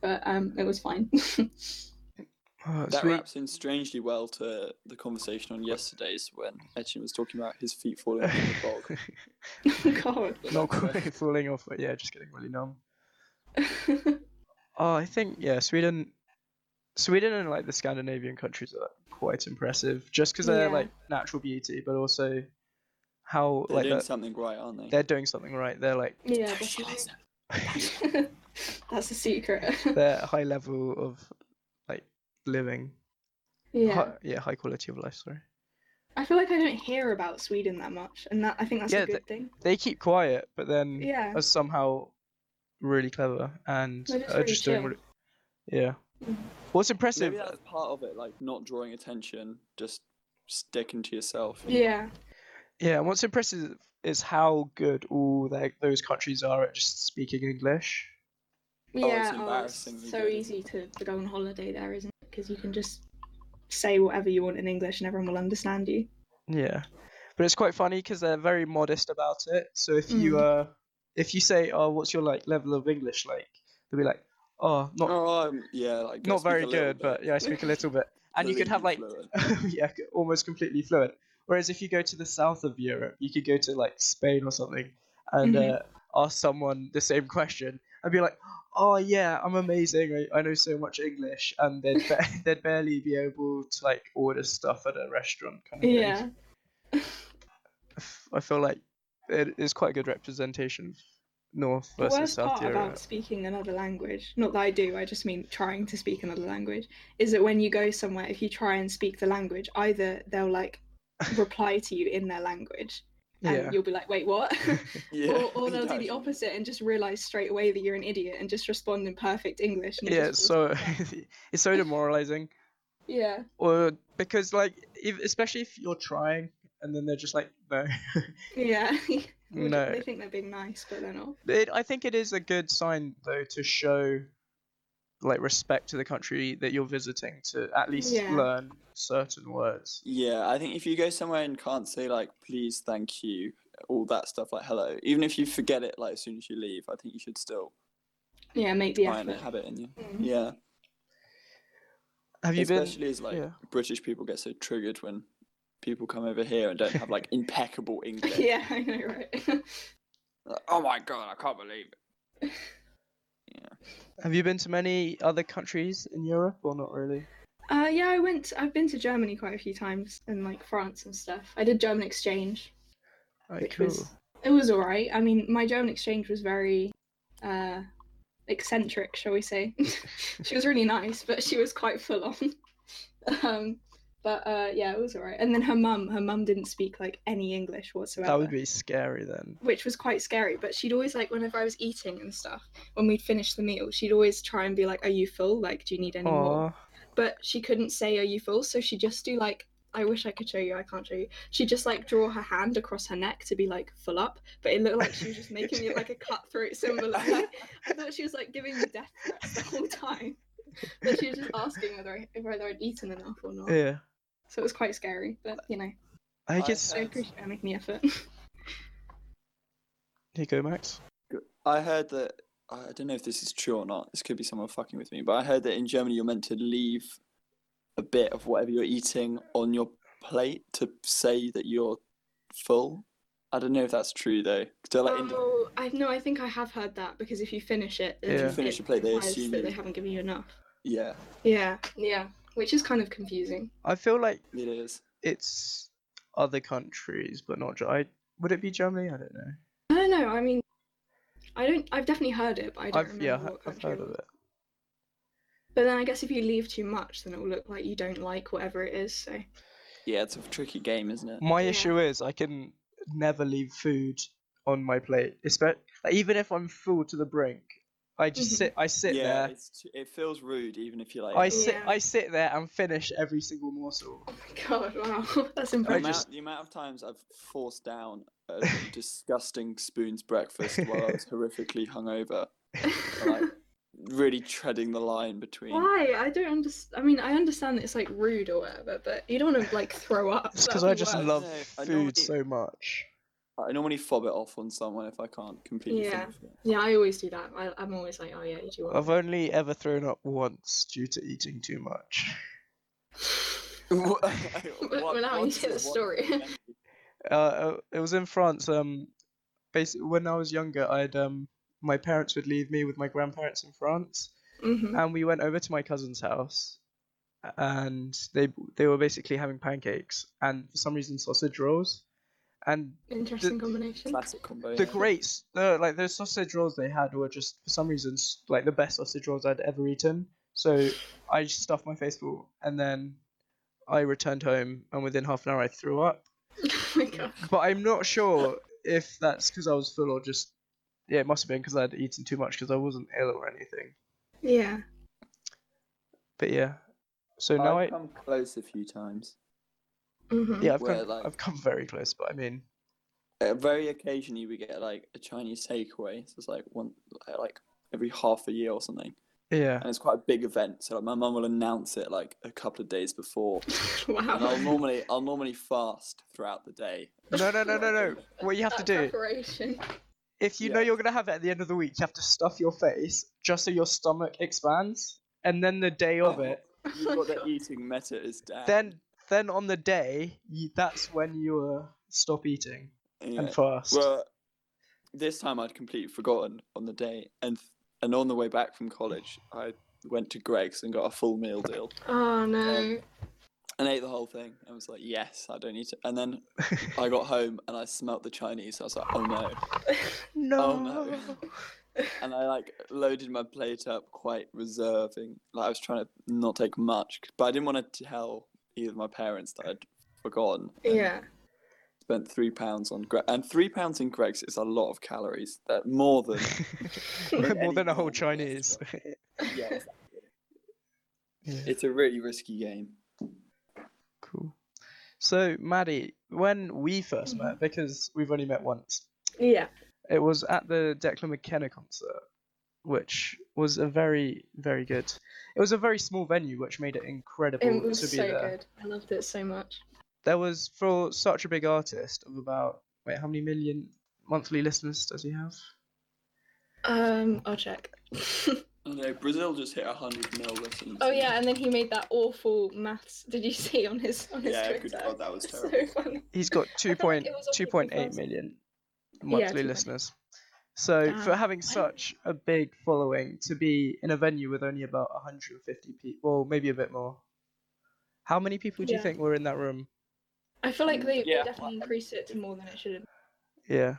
Speaker 4: But um, it was fine.
Speaker 1: oh,
Speaker 3: That
Speaker 1: sweet.
Speaker 3: wraps in strangely well to the conversation on yesterday's when Etienne was talking about his feet falling in the bog.
Speaker 4: oh God.
Speaker 1: not quite falling off but yeah just getting really numb oh i think yeah sweden sweden and like the scandinavian countries are quite impressive just because they're
Speaker 4: Yeah.
Speaker 1: like natural beauty but also how
Speaker 3: They're
Speaker 1: like
Speaker 3: doing
Speaker 1: they're,
Speaker 3: something right, aren't they?
Speaker 1: they're doing something right they're like
Speaker 4: yeah.
Speaker 3: Socialism.
Speaker 4: definitely. That's the secret.
Speaker 1: their high level of like living
Speaker 4: yeah.
Speaker 1: hi- yeah high quality of life sorry
Speaker 4: I feel like I don't hear about Sweden that much, and that I think that's
Speaker 1: Yeah, Mm.
Speaker 4: a good
Speaker 1: th-
Speaker 4: thing.
Speaker 1: they keep quiet but then
Speaker 4: Yeah.
Speaker 1: are somehow really clever and
Speaker 4: They're just
Speaker 1: are
Speaker 4: really
Speaker 1: just doing
Speaker 4: chill.
Speaker 1: what it- yeah
Speaker 4: Mhm.
Speaker 1: what's impressive
Speaker 3: Maybe that's part of it, like not drawing attention, just sticking to yourself.
Speaker 4: Yeah.
Speaker 1: yeah and what's impressive is how good all their, those countries are at just speaking english
Speaker 3: Oh, it's
Speaker 4: Yeah,
Speaker 3: embarrassingly
Speaker 4: so
Speaker 3: good.
Speaker 4: easy to, to go on holiday there, isn't it? Because you can just say whatever you want in English and everyone will understand you.
Speaker 1: yeah but it's quite funny because they're very modest about it so if you uh if you say oh what's your like level of english like they'll be like oh not
Speaker 3: Oh, um, yeah, like I
Speaker 1: not
Speaker 3: speak
Speaker 1: very
Speaker 3: a little
Speaker 1: good but
Speaker 3: bit,
Speaker 1: yeah i speak a little bit and you could have like
Speaker 3: completely fluent.
Speaker 1: yeah, c- almost completely fluent. Whereas if you go to the south of Europe, you could go to like Spain or something and
Speaker 4: Mhm.
Speaker 1: uh, ask someone the same question and be like, "Oh yeah, I'm amazing. I, I know so much English," and they'd ba- they'd barely be able to like order stuff at a restaurant. Kind of
Speaker 4: Yeah.
Speaker 1: Thing. I f- I feel like it is quite a good representation of North
Speaker 4: The
Speaker 1: versus
Speaker 4: worst
Speaker 1: South
Speaker 4: part
Speaker 1: Europe.
Speaker 4: about speaking another language, not that I do, I just mean trying to speak another language, is that when you go somewhere, if you try and speak the language, either they'll like reply to you in their language and
Speaker 1: yeah.
Speaker 4: you'll be like, wait, what?
Speaker 3: Yeah,
Speaker 4: or, or they'll do
Speaker 3: that's-
Speaker 4: the opposite and just realize straight away that you're an idiot and just respond in perfect English. and it
Speaker 1: Yeah,
Speaker 4: just
Speaker 1: it's
Speaker 4: feels
Speaker 1: so
Speaker 4: like crap.
Speaker 1: it's so demoralizing.
Speaker 4: yeah.
Speaker 1: or because like if, especially if you're trying and then they're just like no
Speaker 4: Yeah. Or do-
Speaker 1: No.
Speaker 4: They think they're being nice, but they're not.
Speaker 1: it, i think it is a good sign though to show like respect to the country that you're visiting to at least
Speaker 4: Yeah.
Speaker 1: learn certain words
Speaker 3: Yeah, I think if you go somewhere and can't say like please, thank you, all that stuff like hello, even if you forget it like as soon as you leave, I think you should still
Speaker 4: Yeah, make the
Speaker 3: try and
Speaker 4: effort.
Speaker 3: have it in you.
Speaker 4: Mm.
Speaker 3: Yeah,
Speaker 1: have you
Speaker 3: especially as like
Speaker 1: yeah.
Speaker 3: British people get so triggered when people come over here and don't have like impeccable English.
Speaker 4: yeah, I know, right?
Speaker 3: Like, oh my god, I can't believe it.
Speaker 1: Have you been to many other countries in Europe or not really?
Speaker 4: uh, yeah, I went. I've been to Germany quite a few times and like France and stuff. I did German exchange,
Speaker 1: Right,
Speaker 4: which
Speaker 1: cool.
Speaker 4: was it was alright. I mean, my German exchange was very uh, eccentric, shall we say? she was really nice, but she was quite full on. um, but uh, yeah, it was alright. And then her mum, her mum didn't speak like any English whatsoever.
Speaker 1: That would be scary then.
Speaker 4: which was quite scary. But she'd always like whenever I was eating and stuff, when we'd finish the meal, she'd always try and be like, "Are you full? Like, do you need any more?"
Speaker 1: Aw,
Speaker 4: But she couldn't say, "Are you full?" So she'd just do like, "I wish I could show you. I can't show you." She'd just like draw her hand across her neck to be like full up, but it looked like she was just making me like a cutthroat symbol. Of, like, I thought she was like giving me death threats the whole time. But she was just asking whether I whether I'd eaten enough or not.
Speaker 1: yeah.
Speaker 4: So it was quite scary. But you know,
Speaker 1: I think it's.
Speaker 4: I appreciate her making the effort.
Speaker 1: Here you go, Max.
Speaker 3: I heard that I I don't know if this is true or not. This could be someone fucking with me, but I heard that in Germany you're meant to leave a bit of whatever you're eating on your plate to say that you're full. I don't know if that's true though. 'Cause they're like, in-
Speaker 4: Oh, I no, I think I have heard that because if you finish it, then
Speaker 1: If you
Speaker 4: it
Speaker 3: finish the plate, they
Speaker 4: implies
Speaker 3: assume
Speaker 4: that
Speaker 3: you-
Speaker 4: they haven't given you enough.
Speaker 3: yeah,
Speaker 4: Yeah, yeah, which is kind of confusing.
Speaker 1: I feel like
Speaker 3: it is.
Speaker 1: it's other countries, but not. Ge- I would it be Germany? I don't know.
Speaker 4: I don't know. I mean, I don't. I've definitely heard it, but I don't
Speaker 1: I've
Speaker 4: remember
Speaker 1: yeah,
Speaker 4: what
Speaker 1: I've
Speaker 4: country.
Speaker 1: heard of
Speaker 4: was.
Speaker 1: it.
Speaker 4: But then I guess if you leave too much, then it will look like you don't like whatever it is. So
Speaker 3: Yeah, it's a tricky game, isn't it?
Speaker 1: My
Speaker 4: Yeah.
Speaker 1: issue is I can never leave food on my plate, especially like, even if I'm full to the brink. I just
Speaker 4: Mhm.
Speaker 1: sit. I sit
Speaker 3: yeah,
Speaker 1: there.
Speaker 3: it's t- it feels rude even if you like.
Speaker 1: I
Speaker 3: the
Speaker 1: sit.
Speaker 4: Yeah.
Speaker 1: I sit there and finish every single morsel.
Speaker 4: oh my god, wow, that's impressive.
Speaker 3: amount,
Speaker 1: just-
Speaker 3: the amount of times I've forced down a disgusting spoon's breakfast while I was horrifically hungover, like- really treading the line between.
Speaker 4: Why? I don't understand. I mean, I understand that it's like rude or whatever, but you don't want to like throw up.
Speaker 1: It's
Speaker 4: That'd
Speaker 1: because I
Speaker 4: be
Speaker 1: just
Speaker 4: worse.
Speaker 3: worse.
Speaker 1: love
Speaker 3: No, I
Speaker 1: food
Speaker 3: normally-
Speaker 1: so much.
Speaker 3: I normally fob it off on someone if I can't completely
Speaker 4: Yeah.
Speaker 3: finish it.
Speaker 4: Yeah, I always do that. I, I'm always like, oh yeah, you do want.
Speaker 1: I've only ever thrown up once due to eating too much.
Speaker 3: What-
Speaker 4: Well,
Speaker 3: what-
Speaker 4: now you
Speaker 3: what's
Speaker 4: hear the
Speaker 3: what's
Speaker 4: story.
Speaker 3: memory?
Speaker 1: Uh, uh, it was in France. Um, basically, when I was younger, I'd um, my parents would leave me with my grandparents in France,
Speaker 4: hmm
Speaker 1: and we went over to my cousin's house, and they they were basically having pancakes and for some reason sausage rolls, and
Speaker 4: Interesting combination.
Speaker 3: Classic combo.
Speaker 1: the
Speaker 3: yeah.
Speaker 1: greats, the, like those sausage rolls they had were just for some reason s- like the best sausage rolls I'd ever eaten. So I just stuffed my face full, and then I returned home, and within half an hour I threw up.
Speaker 4: oh my god.
Speaker 1: But I'm not sure if that's because I was full or just yeah, it must have been because I'd eaten too much because I wasn't ill or anything.
Speaker 4: Yeah.
Speaker 1: But yeah, so
Speaker 3: I've
Speaker 1: now I
Speaker 3: come close a few times.
Speaker 4: hmm
Speaker 1: yeah I've
Speaker 3: where,
Speaker 1: come,
Speaker 3: like-
Speaker 1: I've come very close, but I mean
Speaker 3: Uh, very occasionally we get like a Chinese takeaway. So it's like one uh, like every half a year or something,
Speaker 1: yeah,
Speaker 3: and it's quite a big event. So like my mum will announce it like a couple of days before, and I'll
Speaker 4: Wow.
Speaker 3: normally I'll normally fast throughout the day.
Speaker 1: no no no no no. What you have to
Speaker 4: That
Speaker 1: do
Speaker 4: Preparation.
Speaker 1: if you know
Speaker 3: Yeah.
Speaker 1: you're gonna have it at the end of the week, you have to stuff your face just so your stomach expands, and then the day
Speaker 3: Oh.
Speaker 1: of it,
Speaker 3: You've got the eating meta is down.
Speaker 1: then then on the day you, that's when you uh, stop eating
Speaker 3: Yeah.
Speaker 1: and fast.
Speaker 3: Well, this time I'd completely forgotten on the day, and and on the way back from college, I went to Greg's and got a full meal deal
Speaker 4: Oh no.
Speaker 3: and ate the whole thing. I was like, yes, I don't need to. And then I got home and I smelt the Chinese. I was like, oh no.
Speaker 1: no.
Speaker 3: Oh, no. And I like loaded my plate up quite reserving. Like I was trying to not take much, but I didn't want to tell either of my parents that I'd forgotten. and
Speaker 4: Yeah.
Speaker 3: Spent three pounds on Greg, and three pounds in Greg's is a lot of calories. That more than
Speaker 1: More
Speaker 3: any
Speaker 1: than a whole
Speaker 3: normal
Speaker 1: Chinese.
Speaker 3: yeah,
Speaker 1: yeah,
Speaker 3: It's a really risky game.
Speaker 1: cool. So, Maddie, when we 1st
Speaker 3: Mm-hmm.
Speaker 1: met, because we've only met once,
Speaker 4: Yeah.
Speaker 1: it was at the Declan McKenna concert, which was a very, very good. It was a very small venue, which made it incredible
Speaker 4: It was
Speaker 1: to Oh, be
Speaker 4: so
Speaker 1: there.
Speaker 4: good. I loved it so much.
Speaker 1: There was for such a big artist of about wait, how many million monthly listeners does he have?
Speaker 4: Um, I'll check.
Speaker 3: I don't know. Brazil just hit 100 mil listen.
Speaker 4: Oh yeah, and then he made that awful maths. Did you see on his on his
Speaker 3: Yeah,
Speaker 4: Twitter?
Speaker 3: good God, that was
Speaker 4: It's
Speaker 3: terrible.
Speaker 4: So funny.
Speaker 1: He's got
Speaker 4: I
Speaker 1: two
Speaker 4: felt like
Speaker 1: point
Speaker 4: it was on
Speaker 1: two
Speaker 4: the
Speaker 1: point eight
Speaker 4: first-
Speaker 1: million monthly
Speaker 4: 2.8.
Speaker 1: listeners. So for
Speaker 4: Damn.
Speaker 1: having such a big following to be in a venue with only about 150 people, well, maybe a bit more. How many people do you
Speaker 4: Yeah.
Speaker 1: think were in that room?
Speaker 4: I feel like they they
Speaker 3: Yeah.
Speaker 4: definitely increased it to more than it should have.
Speaker 1: Yeah.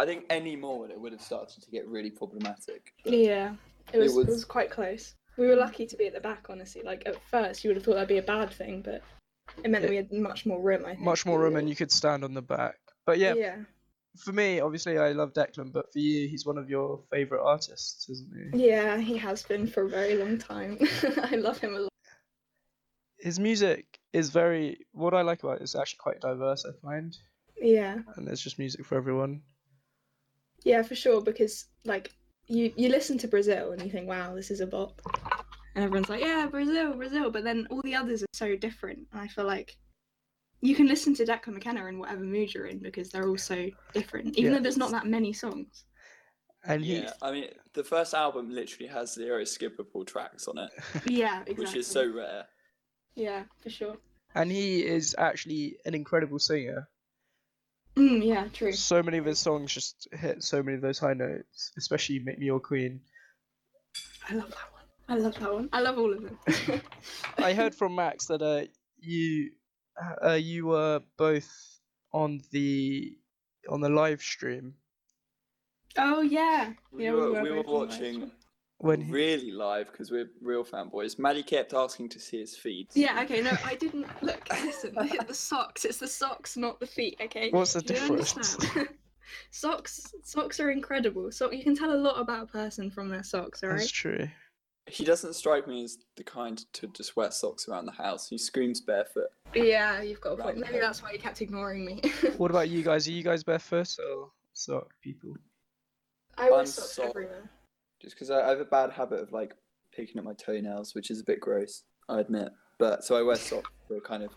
Speaker 3: I think any more, it would have started to get really problematic. but-
Speaker 4: Yeah, it was, it was
Speaker 3: was-
Speaker 4: quite close. We were lucky to be at the back, honestly. Like at first, you would have thought that'd be a bad thing, but it meant that we had much more room. I think.
Speaker 1: Much more room and you could stand on the back. But yeah,
Speaker 4: Yeah.
Speaker 1: for me, obviously, I love Declan, but for you, he's one of your favourite artists, isn't he?
Speaker 4: Yeah, he has been for a very long time. I love him a lot.
Speaker 1: His music is very. What I like about it is actually quite diverse, I find,
Speaker 4: Yeah.
Speaker 1: and there's just music for everyone.
Speaker 4: Yeah, for sure. Because like you, you listen to Brazil and you think, wow, this is a bop, and everyone's like, yeah, Brazil, Brazil. But then all the others are so different, and I feel like you can listen to Declan McKenna in whatever mood you're in because they're all so different, even
Speaker 1: Yeah.
Speaker 4: though there's not that many songs.
Speaker 1: And he,
Speaker 3: Yeah, I mean, the first album literally has zero skippable tracks on it,
Speaker 4: Yeah, exactly.
Speaker 3: which is so rare.
Speaker 4: Yeah, for sure.
Speaker 1: and he is actually an incredible singer.
Speaker 4: Mm, yeah, true.
Speaker 1: So many of his songs just hit so many of those high notes, especially "Make Me Your Queen."
Speaker 4: I love that one. I love that one. I love all of them.
Speaker 1: I heard from Max that uh, you uh, you were both on the on the live stream
Speaker 4: oh yeah.
Speaker 3: We
Speaker 4: yeah,
Speaker 3: were, we were
Speaker 4: both on that.
Speaker 3: watching
Speaker 1: when he-
Speaker 3: really live because we're real fanboys. Maddie kept asking to see his feet.
Speaker 4: Yeah. Okay. No, I didn't. Look, listen. the socks. It's the socks, not the feet. Okay.
Speaker 1: What's the
Speaker 4: Do you
Speaker 1: difference?
Speaker 4: understand? socks. Socks are incredible. So you can tell a lot about a person from their socks. All
Speaker 1: That's
Speaker 4: right.
Speaker 1: true.
Speaker 3: He doesn't strike me as the kind to just wear socks around the house. He screams barefoot.
Speaker 4: Yeah, you've got a
Speaker 3: Right,
Speaker 4: point. Maybe
Speaker 3: okay.
Speaker 4: that's why you kept ignoring me.
Speaker 1: What about you guys? Are you guys barefoot or sock people?
Speaker 4: I wear
Speaker 3: I'm
Speaker 4: socks
Speaker 3: soft.
Speaker 4: everywhere.
Speaker 3: Just because I, I have a bad habit of like picking at my toenails, which is a bit gross, I admit. But so I wear socks for kind of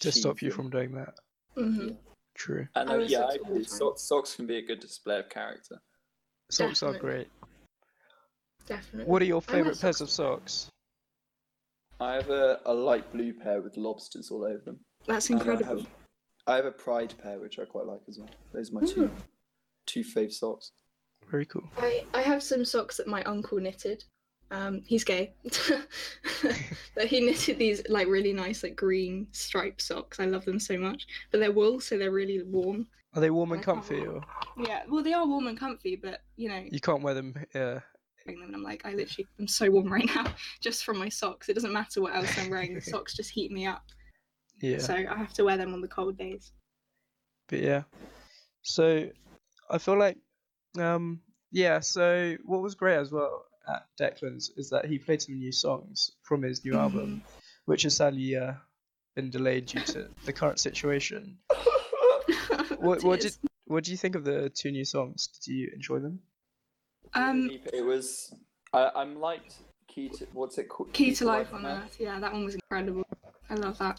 Speaker 1: To stop
Speaker 3: sheath
Speaker 1: you
Speaker 3: and-
Speaker 1: from doing that.
Speaker 4: hmm
Speaker 1: True.
Speaker 3: And uh,
Speaker 4: I wear
Speaker 3: yeah,
Speaker 4: socks
Speaker 3: I
Speaker 4: all the
Speaker 3: agree.
Speaker 4: time.
Speaker 3: Socks, socks can be a good display of character.
Speaker 1: Socks are
Speaker 4: Definitely.
Speaker 1: great.
Speaker 4: Definitely.
Speaker 1: What are your
Speaker 4: I wear
Speaker 1: favourite pairs
Speaker 4: socks
Speaker 1: of socks?
Speaker 3: I have a, a light blue pair with lobsters all over them.
Speaker 4: That's
Speaker 3: And I have-
Speaker 4: incredible.
Speaker 3: I have a pride pair which I quite like as well. Those are my two
Speaker 4: Hmm.
Speaker 3: two fave socks.
Speaker 1: Very cool.
Speaker 4: I, I have some socks that my uncle knitted. Um, he's gay, but he knitted these like really nice like green striped socks. I love them so much, but they're wool, so they're really warm.
Speaker 1: Are they warm and
Speaker 4: I can't
Speaker 1: comfy,
Speaker 4: wear
Speaker 1: or
Speaker 4: Yeah, well they are warm and comfy, but you know,
Speaker 1: you can't wear them? Yeah.
Speaker 4: wearing them and I'm like, I literally am so warm right now just from my socks. It doesn't matter what else I'm wearing; the socks just heat me up.
Speaker 1: Yeah.
Speaker 4: So I have to wear them on the cold days.
Speaker 1: But yeah. So I feel like um yeah, so what was great as well at Declan's is that he played some new songs from his
Speaker 4: Mm-hmm.
Speaker 1: new album, which has sadly uh, been delayed due to the current situation. What what did
Speaker 4: Tears.
Speaker 1: what do you think of the two new songs? Did you enjoy them?
Speaker 4: um
Speaker 3: it was I, I'm liked key to what's it called?
Speaker 4: Key to Life on Earth. Yeah, that one was incredible. I love that.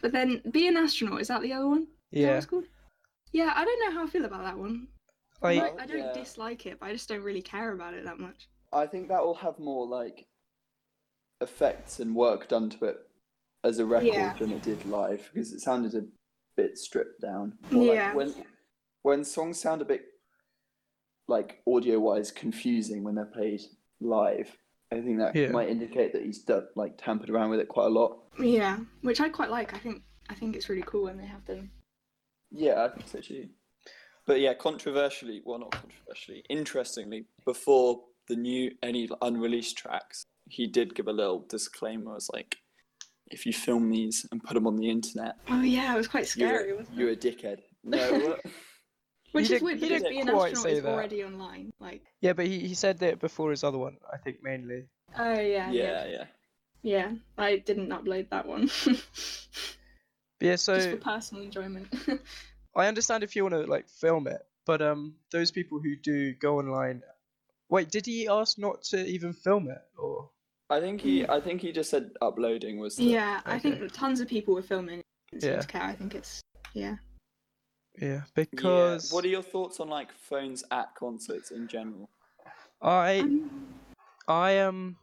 Speaker 4: But then Be an Astronaut, is that the other one? Is that what
Speaker 1: Yeah.
Speaker 4: it's called? Yeah, I don't know how I feel about that one. I,
Speaker 1: I
Speaker 3: Well,
Speaker 4: I don't
Speaker 3: yeah.
Speaker 4: dislike it, but I just don't really care about it that much.
Speaker 3: I think that will have more like effects and work done to it as a record
Speaker 4: Yeah.
Speaker 3: than it did live because it sounded a bit stripped down. Or, like,
Speaker 4: Yeah.
Speaker 3: when when songs sound a bit like audio wise confusing when they're played live, I think that
Speaker 1: Yeah.
Speaker 3: might indicate that he's done, like tampered around with it quite a lot.
Speaker 4: Yeah, which I quite like. I think I think it's really cool when they have them.
Speaker 3: Yeah, I think so too. But yeah, controversially, well, not controversially, interestingly, before the new any unreleased tracks, he did give a little disclaimer. It's like, if you film these and put them on the internet,
Speaker 4: Oh yeah, it was quite
Speaker 3: you're,
Speaker 4: scary,
Speaker 3: a,
Speaker 4: wasn't it?
Speaker 3: you're a dickhead. No, what-
Speaker 4: Which
Speaker 1: He
Speaker 4: is
Speaker 1: did-
Speaker 4: weird
Speaker 1: he
Speaker 4: because
Speaker 1: did
Speaker 4: Be an
Speaker 1: quite
Speaker 4: Astronaut
Speaker 1: say
Speaker 4: is
Speaker 1: that.
Speaker 4: already online. Like,
Speaker 1: yeah, but he, he said that before his other one, I think mainly.
Speaker 4: oh yeah, yeah,
Speaker 3: yeah, yeah.
Speaker 4: yeah. I didn't upload that one
Speaker 1: But yeah, so
Speaker 4: just for personal enjoyment.
Speaker 1: I understand if you want to like film it, but um, those people who do go online, wait, did he ask not to even film it or?
Speaker 3: I think he, I think he just said uploading was. The,
Speaker 4: Yeah, I think
Speaker 1: Okay.
Speaker 4: that tons of people were filming. it. It's
Speaker 1: Yeah.
Speaker 4: okay, I think it's yeah.
Speaker 1: Yeah,
Speaker 3: Yeah.
Speaker 1: because
Speaker 3: What are your thoughts on like phones at concerts in general?
Speaker 1: I
Speaker 4: Um,
Speaker 1: I um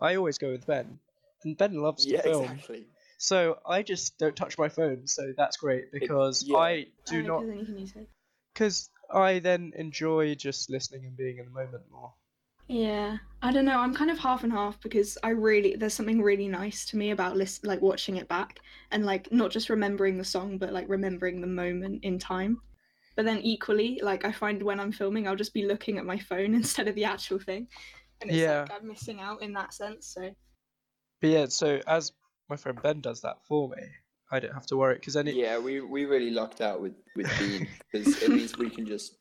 Speaker 1: I always go with Ben, and Ben loves to
Speaker 3: Yeah,
Speaker 1: film.
Speaker 3: exactly.
Speaker 1: So I just don't touch my phone. So that's great because
Speaker 3: yeah.
Speaker 1: I do
Speaker 4: okay,
Speaker 1: not
Speaker 4: Then you can use it.
Speaker 1: because I then enjoy just listening and being in the moment more.
Speaker 4: Yeah, I don't know. I'm kind of half and half because I really there's something really nice to me about list like watching it back and like not just remembering the song but like remembering the moment in time. But then equally, like I find when I'm filming, I'll just be looking at my phone instead of the actual thing, and it's
Speaker 1: Yeah.
Speaker 4: like I'm missing out in that sense. So
Speaker 1: But yeah, so as my friend Ben does that for me, I don't have to worry because then it,
Speaker 5: Yeah, we, we really lucked out with with Dean because it means we can just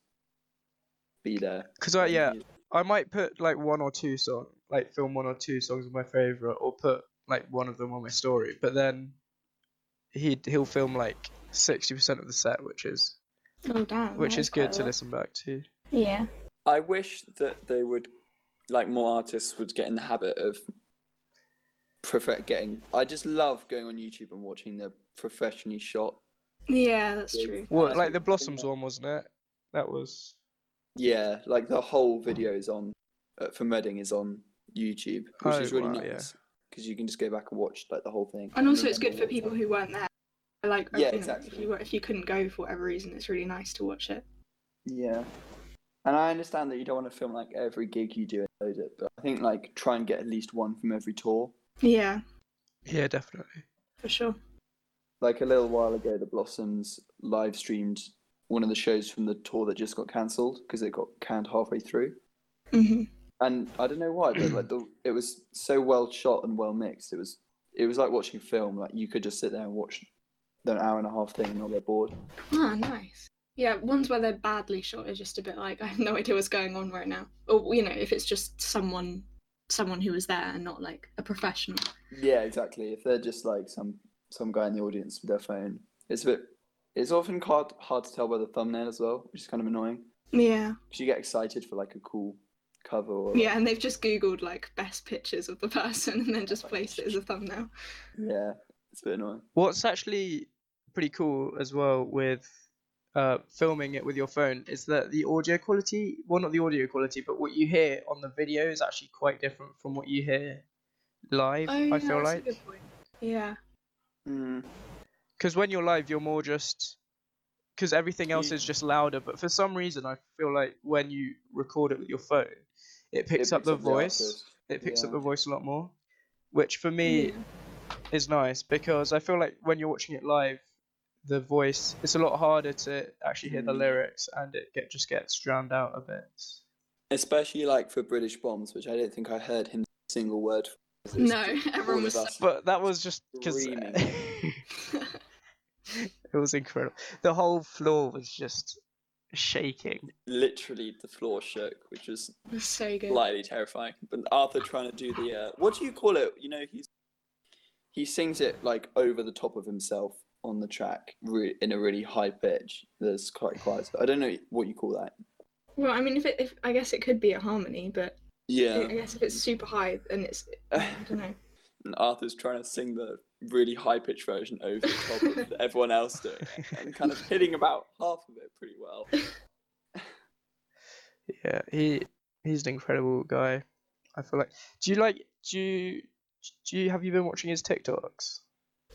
Speaker 5: be there.
Speaker 1: Because I yeah, I might put like one or two song, like film one or two songs of my favorite, or put like one of them on my story. But then he he'll film like sixty percent of the set, which is
Speaker 4: oh damn,
Speaker 1: which
Speaker 4: that
Speaker 1: is
Speaker 4: quite
Speaker 1: good
Speaker 4: a
Speaker 1: to
Speaker 4: lot.
Speaker 1: listen back to.
Speaker 4: Yeah,
Speaker 3: I wish that they would, like more artists would get in the habit of prefer getting. I just love going on YouTube and watching the professionally shot.
Speaker 4: yeah, that's
Speaker 3: Yeah.
Speaker 4: true.
Speaker 1: Well,
Speaker 3: that's
Speaker 1: like
Speaker 3: what
Speaker 1: the
Speaker 3: we think
Speaker 1: Blossoms
Speaker 3: about.
Speaker 1: one, wasn't it? That was
Speaker 3: Yeah, like the whole video is on uh, from Reading is on YouTube, which
Speaker 1: Oh,
Speaker 3: is really
Speaker 1: wow, yeah.
Speaker 3: nice because you can just go back and watch like the whole thing.
Speaker 4: And also, it's good for people who weren't there. Like,
Speaker 3: Yeah,
Speaker 4: you know, If
Speaker 3: exactly.
Speaker 4: you were, if you couldn't go for whatever reason, it's really nice to watch it.
Speaker 3: Yeah. And I understand that you don't want to film like every gig you do and load it, but I think like try and get at least one from every tour.
Speaker 4: Yeah,
Speaker 1: yeah, definitely.
Speaker 4: for sure.
Speaker 3: Like a little while ago, the Blossoms live streamed one of the shows from the tour that just got cancelled because it got canned halfway through.
Speaker 4: hmm
Speaker 3: And I don't know why, but like the it was so well shot and well mixed. It was it was like watching film. Like you could just sit there and watch an hour and a half thing and not get bored.
Speaker 4: Ah, nice. Yeah, ones where they're badly shot are just a bit like I have no idea what's going on right now. Or you know, if it's just someone, someone who was there and not like a professional.
Speaker 3: Yeah, exactly. If they're just like some some guy in the audience with their phone, it's a bit. It's often hard hard to tell by the thumbnail as well, which is kind of annoying
Speaker 4: Yeah.
Speaker 3: because you get excited for like a cool cover or
Speaker 4: Yeah, and they've just googled like best pictures of the person and then just placed it as a thumbnail.
Speaker 3: yeah, it's a bit annoying.
Speaker 1: What's actually pretty cool as well with uh, filming it with your phone is that the audio quality, well, not the audio quality, but what you hear on the video is actually quite different from what you hear
Speaker 4: Oh,
Speaker 1: live, Oh, I feel like.
Speaker 4: Yeah.
Speaker 3: Mm.
Speaker 1: Because when you're live, you're more just. Because everything else
Speaker 3: You-
Speaker 1: is just louder, but for some reason, I feel like when you record it with your phone, it picks,
Speaker 3: It
Speaker 1: up the voice.
Speaker 3: artist.
Speaker 1: it picks up
Speaker 3: yeah.
Speaker 1: the voice a lot more, which for me is nice because I feel like when you're watching it live, the voice it's a lot harder to actually hear the
Speaker 3: Mm.
Speaker 1: lyrics and it get just gets drowned out a bit.
Speaker 3: Especially like for British Bombs, which I don't think I heard him single word. for.
Speaker 4: No,
Speaker 3: all
Speaker 4: everyone
Speaker 3: of
Speaker 4: was.
Speaker 3: us.
Speaker 1: But that was just because
Speaker 3: Screaming.
Speaker 1: it
Speaker 4: so-
Speaker 1: was incredible. The whole floor was just shaking.
Speaker 3: Literally, the floor shook, which was
Speaker 4: It was so good.
Speaker 3: slightly terrifying. But Arthur trying to do the uh, what do you call it? You know, he's he sings it like over the top of himself on the track re- in a really high pitch. That's quite quiet. I don't know what you call that.
Speaker 4: Well, I mean, if it, if I guess it could be a harmony, but I
Speaker 3: Yeah,
Speaker 4: guess if it's super high, then it's I don't know.
Speaker 3: and Arthur's trying to sing the really high pitched version over the top of everyone else doing it, and kind of hitting about half of it pretty well.
Speaker 1: Yeah, he he's an incredible guy. I feel like. Do you like? Do you? Do you have you been watching his TikToks?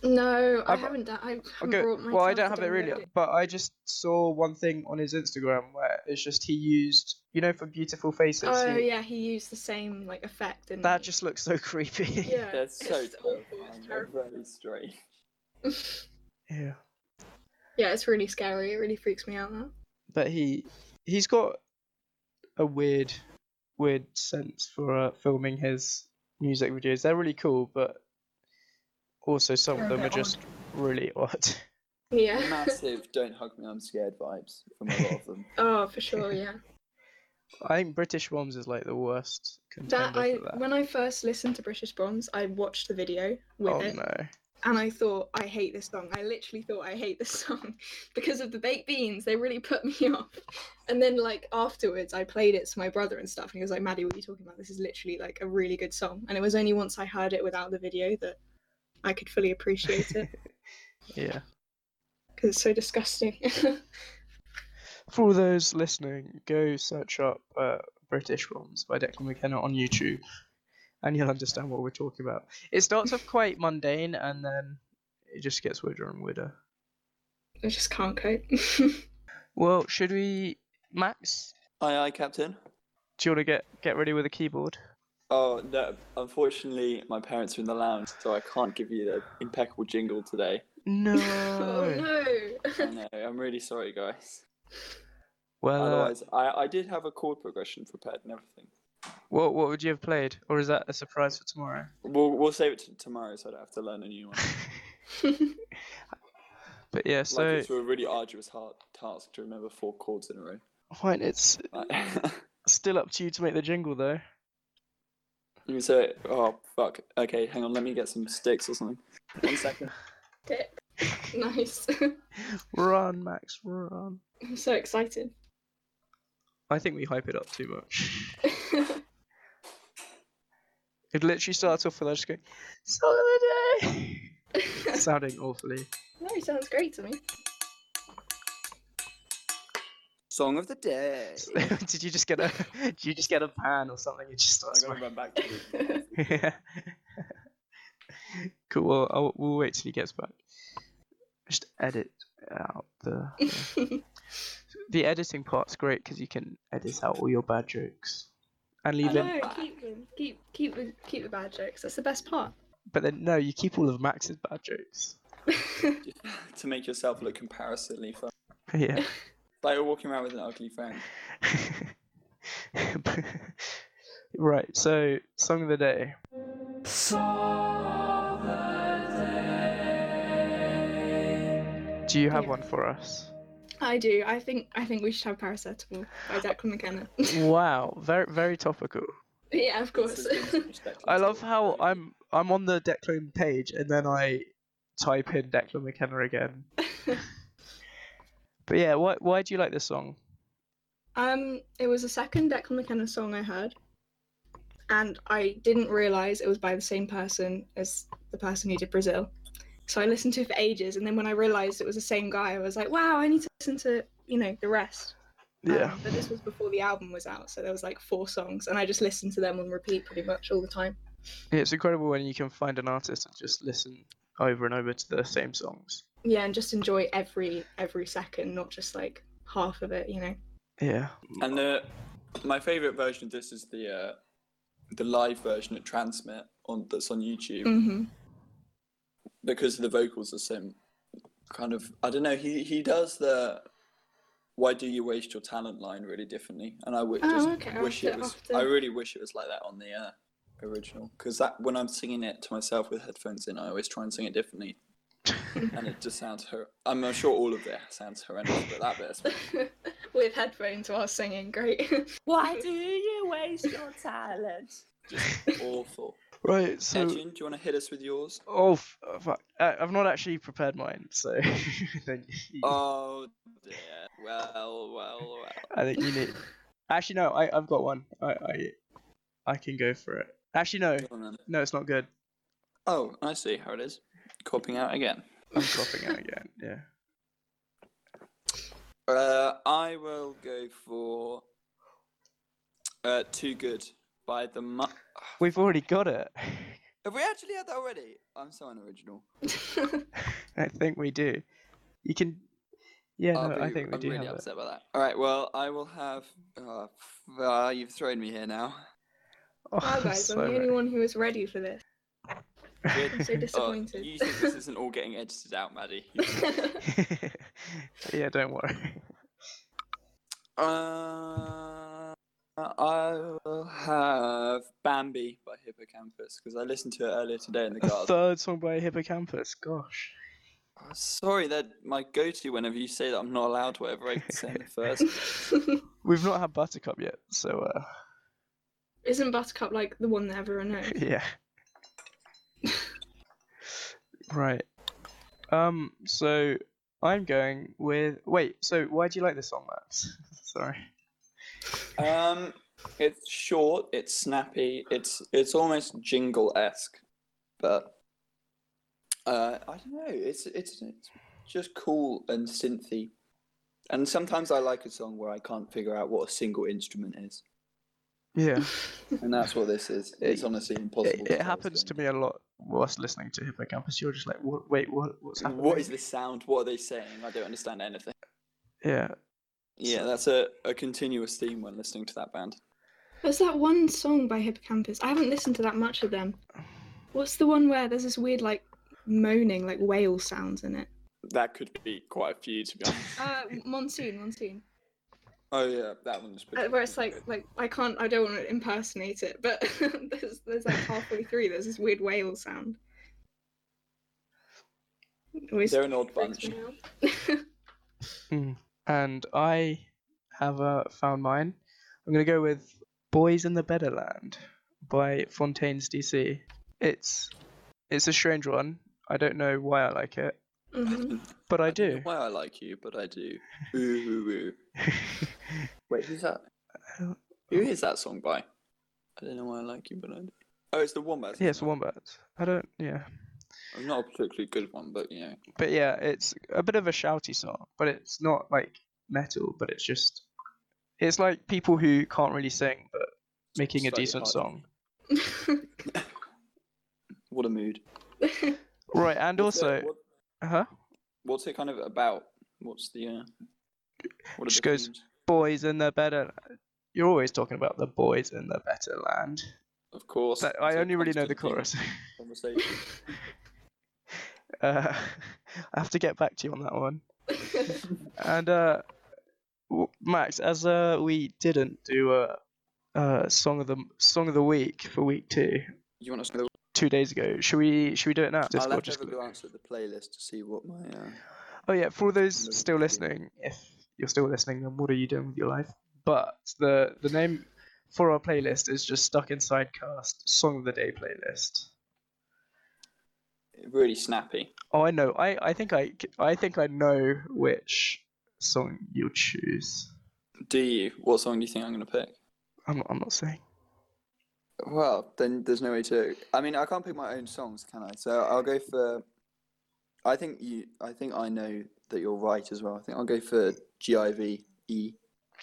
Speaker 4: No, I
Speaker 1: I've-
Speaker 4: haven't. done- I haven't
Speaker 1: Okay.
Speaker 4: brought my.
Speaker 1: Well, I
Speaker 4: time
Speaker 1: don't
Speaker 4: to
Speaker 1: have it
Speaker 4: download
Speaker 1: really, but I just saw one thing on his Instagram where it's just he used, you know, for beautiful faces.
Speaker 4: Oh
Speaker 1: he-
Speaker 4: yeah, he used the same like effect didn't
Speaker 1: That
Speaker 4: he?
Speaker 1: just looks so creepy.
Speaker 4: yeah.
Speaker 3: That's so
Speaker 4: it's oh, awful, it's
Speaker 3: terrifying.
Speaker 4: terrible.
Speaker 3: They're Very strange.
Speaker 1: Yeah.
Speaker 4: yeah, it's really scary. It really freaks me out. That.
Speaker 1: But he he's got a weird weird sense for uh, filming his music videos. They're really cool, but also some of
Speaker 4: They're a
Speaker 1: them are
Speaker 4: bit odd.
Speaker 1: just really odd.
Speaker 4: Yeah.
Speaker 3: Massive "Don't hug me, I'm scared" vibes from a lot of them.
Speaker 4: oh, for sure. Yeah.
Speaker 1: I think British Moms is like the worst contender
Speaker 4: That I
Speaker 1: for that.
Speaker 4: when I first listened to British Bombs, I watched the video with
Speaker 1: oh
Speaker 4: it,
Speaker 1: no.
Speaker 4: and I thought I hate this song. I literally thought I hate this song because of the baked beans. They really put me off. And then like afterwards, I played it to my brother and stuff, and he was like, "Maddie, what are you talking about? This is literally like a really good song." And it was only once I heard it without the video that I could fully appreciate it.
Speaker 1: Yeah.
Speaker 4: because it's so disgusting.
Speaker 1: for all those listening, go search up uh, British Wrongs by Declan McKenna on YouTube, and you'll understand what we're talking about. It starts off quite mundane, and then it just gets weirder and weirder.
Speaker 4: I just can't cope.
Speaker 1: Well, should we, Max?
Speaker 3: Aye, aye, Captain.
Speaker 1: Do you want to get get ready with a keyboard?
Speaker 3: Oh no! Unfortunately, my parents are in the lounge, so I can't give you the impeccable jingle today.
Speaker 1: No.
Speaker 4: oh
Speaker 3: I
Speaker 4: no.
Speaker 3: know. I'm really sorry, guys.
Speaker 1: Well, uh,
Speaker 3: Otherwise, I, I did have a chord progression prepared and everything.
Speaker 1: what what would you have played, or is that a surprise for tomorrow?
Speaker 3: We'll we'll save it to tomorrow, so I don't have to learn a new one.
Speaker 1: But yeah,
Speaker 3: like
Speaker 1: so
Speaker 3: it's a really arduous hard task to remember four chords in a row.
Speaker 1: fine. It's
Speaker 3: Like-
Speaker 1: still up to you to make the jingle, though.
Speaker 3: you can say, "Oh fuck." Okay, hang on. Let me get some sticks or something. One second.
Speaker 4: Dick. Nice.
Speaker 1: Run, Max, run.
Speaker 4: I'm so excited.
Speaker 1: I think we hype it up too much. It literally starts off with us just going, "Song of the day,"
Speaker 4: no,
Speaker 1: sounding awfully.
Speaker 4: it sounds great to me.
Speaker 3: Song of the day.
Speaker 1: did you just get a? Did you just get a pan or something? It just
Speaker 3: I
Speaker 1: starts.
Speaker 3: gotta run back to the
Speaker 1: yeah. cool. Well, I'll, we'll wait till he gets back. Just edit out the the editing part's great because you can edit out all your bad jokes and
Speaker 4: I
Speaker 1: leave in.
Speaker 4: know, keep them. Keep keep the keep the bad jokes. That's the best part.
Speaker 1: But then no, you keep all of Max's bad jokes.
Speaker 3: to make yourself look comparisonably fun.
Speaker 1: Yeah.
Speaker 3: Like you're walking around with an ugly friend.
Speaker 1: right. So song of the day. Do you have
Speaker 4: Yeah.
Speaker 1: one for us?
Speaker 4: I do. I think I think we should have paracetamol by Declan McKenna.
Speaker 1: wow, very very topical.
Speaker 4: yeah, of course.
Speaker 1: I love how I'm I'm on the Declan page and then I type in Declan McKenna again. but yeah, why why do you like this song?
Speaker 4: um, it was the second Declan McKenna song I heard, and I didn't realize it was by the same person as the person who did Brazil. So I listened to it for ages, and then when I realized it was the same guy, I was like, "Wow, I need to listen to you know the rest." Um, but this was before the album was out, so there was like four songs, and I just listened to them on repeat pretty much all the time.
Speaker 1: it's incredible when you can find an artist and just listen over and over to the same songs.
Speaker 4: Yeah, and just enjoy every every second, not just like half of it, you know.
Speaker 1: Yeah.
Speaker 3: And the my favorite version of this is the uh, the live version at Transmit on that's on YouTube
Speaker 4: hmm
Speaker 3: because the vocals are so kind of I don't know he he does the why do you waste your talent line really differently and I would
Speaker 4: Oh,
Speaker 3: just
Speaker 4: okay, I'll
Speaker 3: wish
Speaker 4: have
Speaker 3: it
Speaker 4: to-
Speaker 3: was
Speaker 4: I'll
Speaker 3: I
Speaker 4: have to-
Speaker 3: really wish it was like that on the uh, original because that when I'm singing it to myself with headphones in I always try and sing it differently and it just sounds hor- I'm sure all of it sounds horrendous but that bit especially.
Speaker 4: With headphones while singing, great.
Speaker 6: Why do you waste your talent?
Speaker 3: just awful.
Speaker 1: Right. So.
Speaker 3: Edgin, do you want to hit us with yours?
Speaker 1: Oh, f- oh, fuck. I, I've not actually prepared mine, so then you-
Speaker 3: Oh dear. Well, well, well.
Speaker 1: I think you need. Actually, no. I, I've got one. I, I I can go for it. Actually, no.
Speaker 3: Go on then.
Speaker 1: No, it's not good.
Speaker 3: Oh, I see how it is. Copping out again.
Speaker 1: I'm copying it again. Yeah.
Speaker 3: Uh, I will go for uh, Too Good by the Mu-
Speaker 1: We've already got it.
Speaker 3: Have we actually had that already? I'm so unoriginal.
Speaker 1: I think we do. You can. Yeah,
Speaker 3: I'll
Speaker 1: no, I
Speaker 3: be-
Speaker 1: think we
Speaker 3: I'm
Speaker 1: do
Speaker 3: really
Speaker 1: have it.
Speaker 3: upset by that. All right, well, I will have. Uh, f- uh, you've thrown me here now.
Speaker 1: Oh,
Speaker 4: wow,
Speaker 1: I'm
Speaker 4: guys,
Speaker 1: so
Speaker 4: I'm the only
Speaker 1: right.
Speaker 4: one who was ready for this. I'm so
Speaker 3: Oh,
Speaker 4: disappointed.
Speaker 3: you think this isn't all getting edited out, Maddie? You-
Speaker 1: yeah, don't worry.
Speaker 3: Uh, I will have Bambi by Hippocampus because I listened to it earlier today in the
Speaker 1: A
Speaker 3: garden.
Speaker 1: third song by Hippocampus. Gosh.
Speaker 3: Oh, Sorry, that my go-to whenever you say that I'm not allowed whatever I say in the first.
Speaker 1: We've not had Buttercup yet, so uh,
Speaker 4: Isn't Buttercup like the one that everyone knows?
Speaker 1: yeah. right. Um. So I'm going with. Wait. So why do you like this song, Max? Sorry.
Speaker 3: Um, it's short, it's snappy, it's it's almost jingle-esque, but uh, I don't know. It's it's it's just cool and synthy, and sometimes I like a song where I can't figure out what a single instrument is.
Speaker 1: Yeah.
Speaker 5: and that's what this is. It's honestly impossible.
Speaker 1: It,
Speaker 5: to
Speaker 1: it happens to me a lot whilst listening to Hippocampus. You're just like, what, wait, what, what's happening?
Speaker 3: What is this sound? What are they saying? I don't understand anything.
Speaker 1: Yeah.
Speaker 3: Yeah, that's a, a continuous theme when listening to that band.
Speaker 4: What's that one song by Hippocampus? I haven't listened to that much of them. What's the one where there's this weird like moaning, like whale sounds in it?
Speaker 3: That could be quite a few, to be honest.
Speaker 4: Uh, monsoon, monsoon.
Speaker 3: oh yeah, that one's.
Speaker 4: Uh, where it's like, like I can't, I don't want to impersonate it, but there's, there's like halfway through, there's this weird whale sound. It always
Speaker 3: they're an odd
Speaker 4: freaks
Speaker 3: bunch.
Speaker 4: me out.
Speaker 1: And I have uh, found mine. I'm going to go with Boys in the Better Land by Fontaines DC. It's it's a strange one. I don't know why I like it,
Speaker 4: Mhm.
Speaker 1: but I
Speaker 3: don't know
Speaker 1: do.
Speaker 3: Why I like you, but I do. Ooh, ooh, ooh. Wait, who's that?
Speaker 1: don't-
Speaker 3: Who is that song by? I don't know why I like you, but I do. Oh, it's the Wombats. isn't
Speaker 1: yeah, it's
Speaker 3: it?
Speaker 1: Wombats. I don't, yeah.
Speaker 3: It's Not a particularly good one, but you know.
Speaker 1: But yeah, it's a bit of a shouty song, but it's not like metal, but it's just, it's like people who can't really sing, but making a
Speaker 3: slightly
Speaker 1: decent
Speaker 3: harder.
Speaker 1: song.
Speaker 3: What a mood.
Speaker 1: Right, and
Speaker 3: What's it-
Speaker 1: also, uh-huh.
Speaker 3: what-
Speaker 1: huh?
Speaker 3: what's it kind of about? What's the uh, what are
Speaker 1: Just
Speaker 3: the
Speaker 1: goes-
Speaker 3: themes?
Speaker 1: Boys in the better. You're always talking about the boys in the better land.
Speaker 3: Of course.
Speaker 1: But I
Speaker 3: it's a
Speaker 1: only really know the
Speaker 3: constant
Speaker 1: chorus.
Speaker 3: theme of Conversation.
Speaker 1: Uh, I have to get back to you on that one. and uh, w- Max, as uh, we didn't do a, uh song of the song of the week for week two
Speaker 3: you want us to know
Speaker 1: two days ago, should we should we do it now?
Speaker 5: I'll
Speaker 1: Discord,
Speaker 5: have to
Speaker 1: just-
Speaker 5: have a glance at the playlist to see what my. Uh,
Speaker 1: Oh yeah, for all
Speaker 5: Another
Speaker 1: those still
Speaker 5: good idea.
Speaker 1: listening, if you're still listening, then what are you doing with your life? But the the name for our playlist is just Stuck Inside Cast Song of the Day playlist.
Speaker 3: really snappy.
Speaker 1: Oh, I know. I, I think I c- I think I know which song you'll choose.
Speaker 3: Do you? What song do you think I'm gonna pick?
Speaker 1: I'm not, I'm not saying.
Speaker 5: well, then there's no way to. I mean, I can't pick my own songs, can I? So I'll go for. I think you. I think I know that you're right as well. I think I'll go for GIVE. E,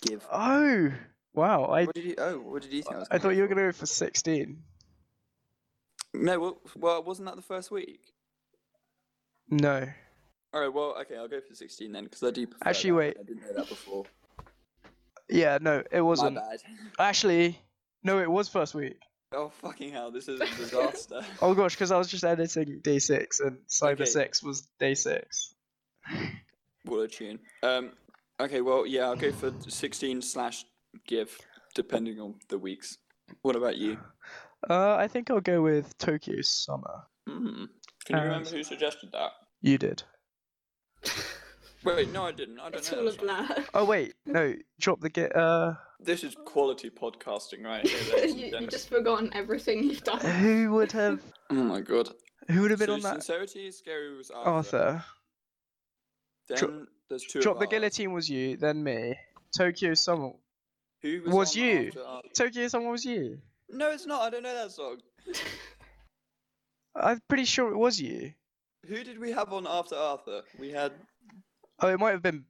Speaker 5: Give.
Speaker 1: Oh wow! I
Speaker 5: what did you? Oh, what did you think? I, was
Speaker 1: I thought
Speaker 5: going
Speaker 1: you were
Speaker 5: for?
Speaker 1: gonna go for 16.
Speaker 3: No, well, well, wasn't that the first week?
Speaker 1: No.
Speaker 3: All right, well, okay, I'll go for 16 then, because I do prefer
Speaker 1: Actually,
Speaker 3: that.
Speaker 1: wait.
Speaker 5: I didn't know that before.
Speaker 1: Yeah, no, it wasn't.
Speaker 3: My bad.
Speaker 1: Actually, no, it was first week.
Speaker 3: Oh, fucking hell, this is a disaster.
Speaker 1: Oh gosh, because I was just editing day six and Cyber
Speaker 3: Okay.
Speaker 1: Six was day six.
Speaker 3: what a tune. Um, okay, well, yeah, I'll go for 16 slash give, depending on the weeks. What about you?
Speaker 1: Uh, I think I'll go with Tokyo Summer.
Speaker 4: Mm-hmm.
Speaker 3: Hmm. Can you
Speaker 1: Uh,
Speaker 3: remember who suggested that?
Speaker 1: You did.
Speaker 3: Wait, no, I didn't. I don't
Speaker 4: it's
Speaker 3: know.
Speaker 4: all a
Speaker 3: that song.
Speaker 4: blur.
Speaker 1: Oh wait, no, drop the git. Uh,
Speaker 3: This is quality podcasting right here, ladies and
Speaker 4: you,
Speaker 3: gentlemen.
Speaker 4: you've just forgotten everything you've done.
Speaker 1: who would have?
Speaker 3: Oh, my God.
Speaker 1: Who would have been
Speaker 3: So
Speaker 1: on that?
Speaker 3: Sincerity, Scary was Arthur.
Speaker 1: Arthur.
Speaker 3: Then
Speaker 1: Drop-
Speaker 3: there's two of
Speaker 1: Drop the
Speaker 3: ours.
Speaker 1: guillotine was you, then me. Tokyo Summer.
Speaker 3: Who
Speaker 1: was
Speaker 3: on
Speaker 1: you.
Speaker 3: after Arthur?
Speaker 1: Tokyo Summer was you.
Speaker 3: No, it's not. I don't know that song.
Speaker 1: I'm pretty sure it was you.
Speaker 3: Who did we have on after Arthur? We had
Speaker 1: Oh, it might have been
Speaker 3: It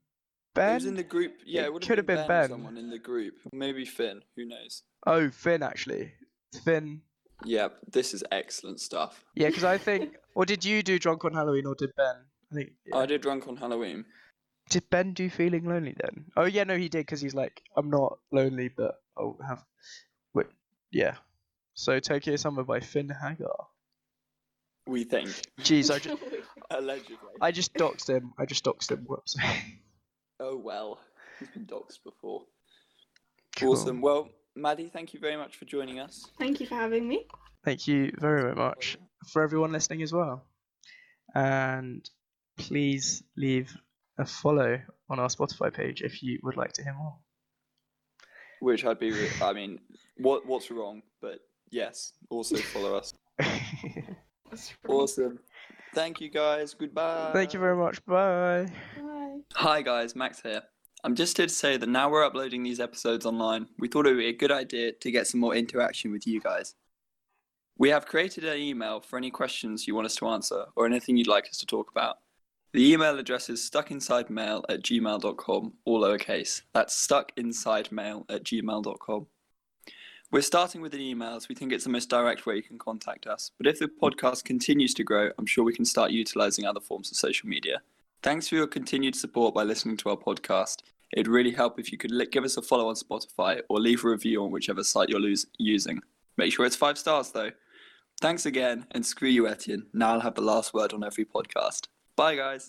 Speaker 1: Ben.
Speaker 3: was in the group. Yeah,
Speaker 1: It
Speaker 3: it, would
Speaker 1: could
Speaker 3: have
Speaker 1: have been
Speaker 3: been, ben, or
Speaker 1: Ben.
Speaker 3: Someone in the group. Maybe Finn. Who knows?
Speaker 1: Oh, Finn actually. Finn.
Speaker 3: Yeah, this is excellent stuff.
Speaker 1: Yeah, because I think. Or did you do Drunk on Halloween, or did Ben? I think. yeah.
Speaker 3: I did drunk on Halloween.
Speaker 1: Did Ben do Feeling Lonely then? Oh yeah, no, he did because he's like, I'm not lonely, but I'll have. Wait, yeah. So Tokyo Summer by Finn Hagar.
Speaker 3: We think
Speaker 1: Jeez, I just,
Speaker 3: allegedly.
Speaker 1: I just doxed him. I just doxed him. Whoops.
Speaker 3: Oh well, he's been doxxed before.
Speaker 1: Cool.
Speaker 3: Awesome. Well, Maddie, thank you very much for joining us.
Speaker 4: Thank you for having me.
Speaker 1: Thank you very much for everyone listening as well. And please leave a follow on our Spotify page if you would like to hear more.
Speaker 3: Which I'd be. Re- I mean, what what's wrong? But yes, also follow us.
Speaker 4: That's right.
Speaker 3: Awesome. Thank you guys. Goodbye.
Speaker 1: Thank you very much. Bye.
Speaker 4: Bye.
Speaker 3: Hi guys, Max here. I'm just here to say that now we're uploading these episodes online, we thought it would be a good idea to get some more interaction with you guys. We have created an email for any questions you want us to answer or anything you'd like us to talk about. The email address is stuckinsidemail at gmail.com, all lowercase. That's stuckinsidemail at gmail.com. We're starting with an email as we think it's the most direct way you can contact us. But if the podcast continues to grow, I'm sure we can start utilizing other forms of social media. Thanks for your continued support by listening to our podcast. It'd really help if you could li- give us a follow on Spotify or leave a review on whichever site you're lose- using. Make sure it's five stars, though. Thanks again, and screw you, Etienne. Now I'll have the last word on every podcast. Bye, guys.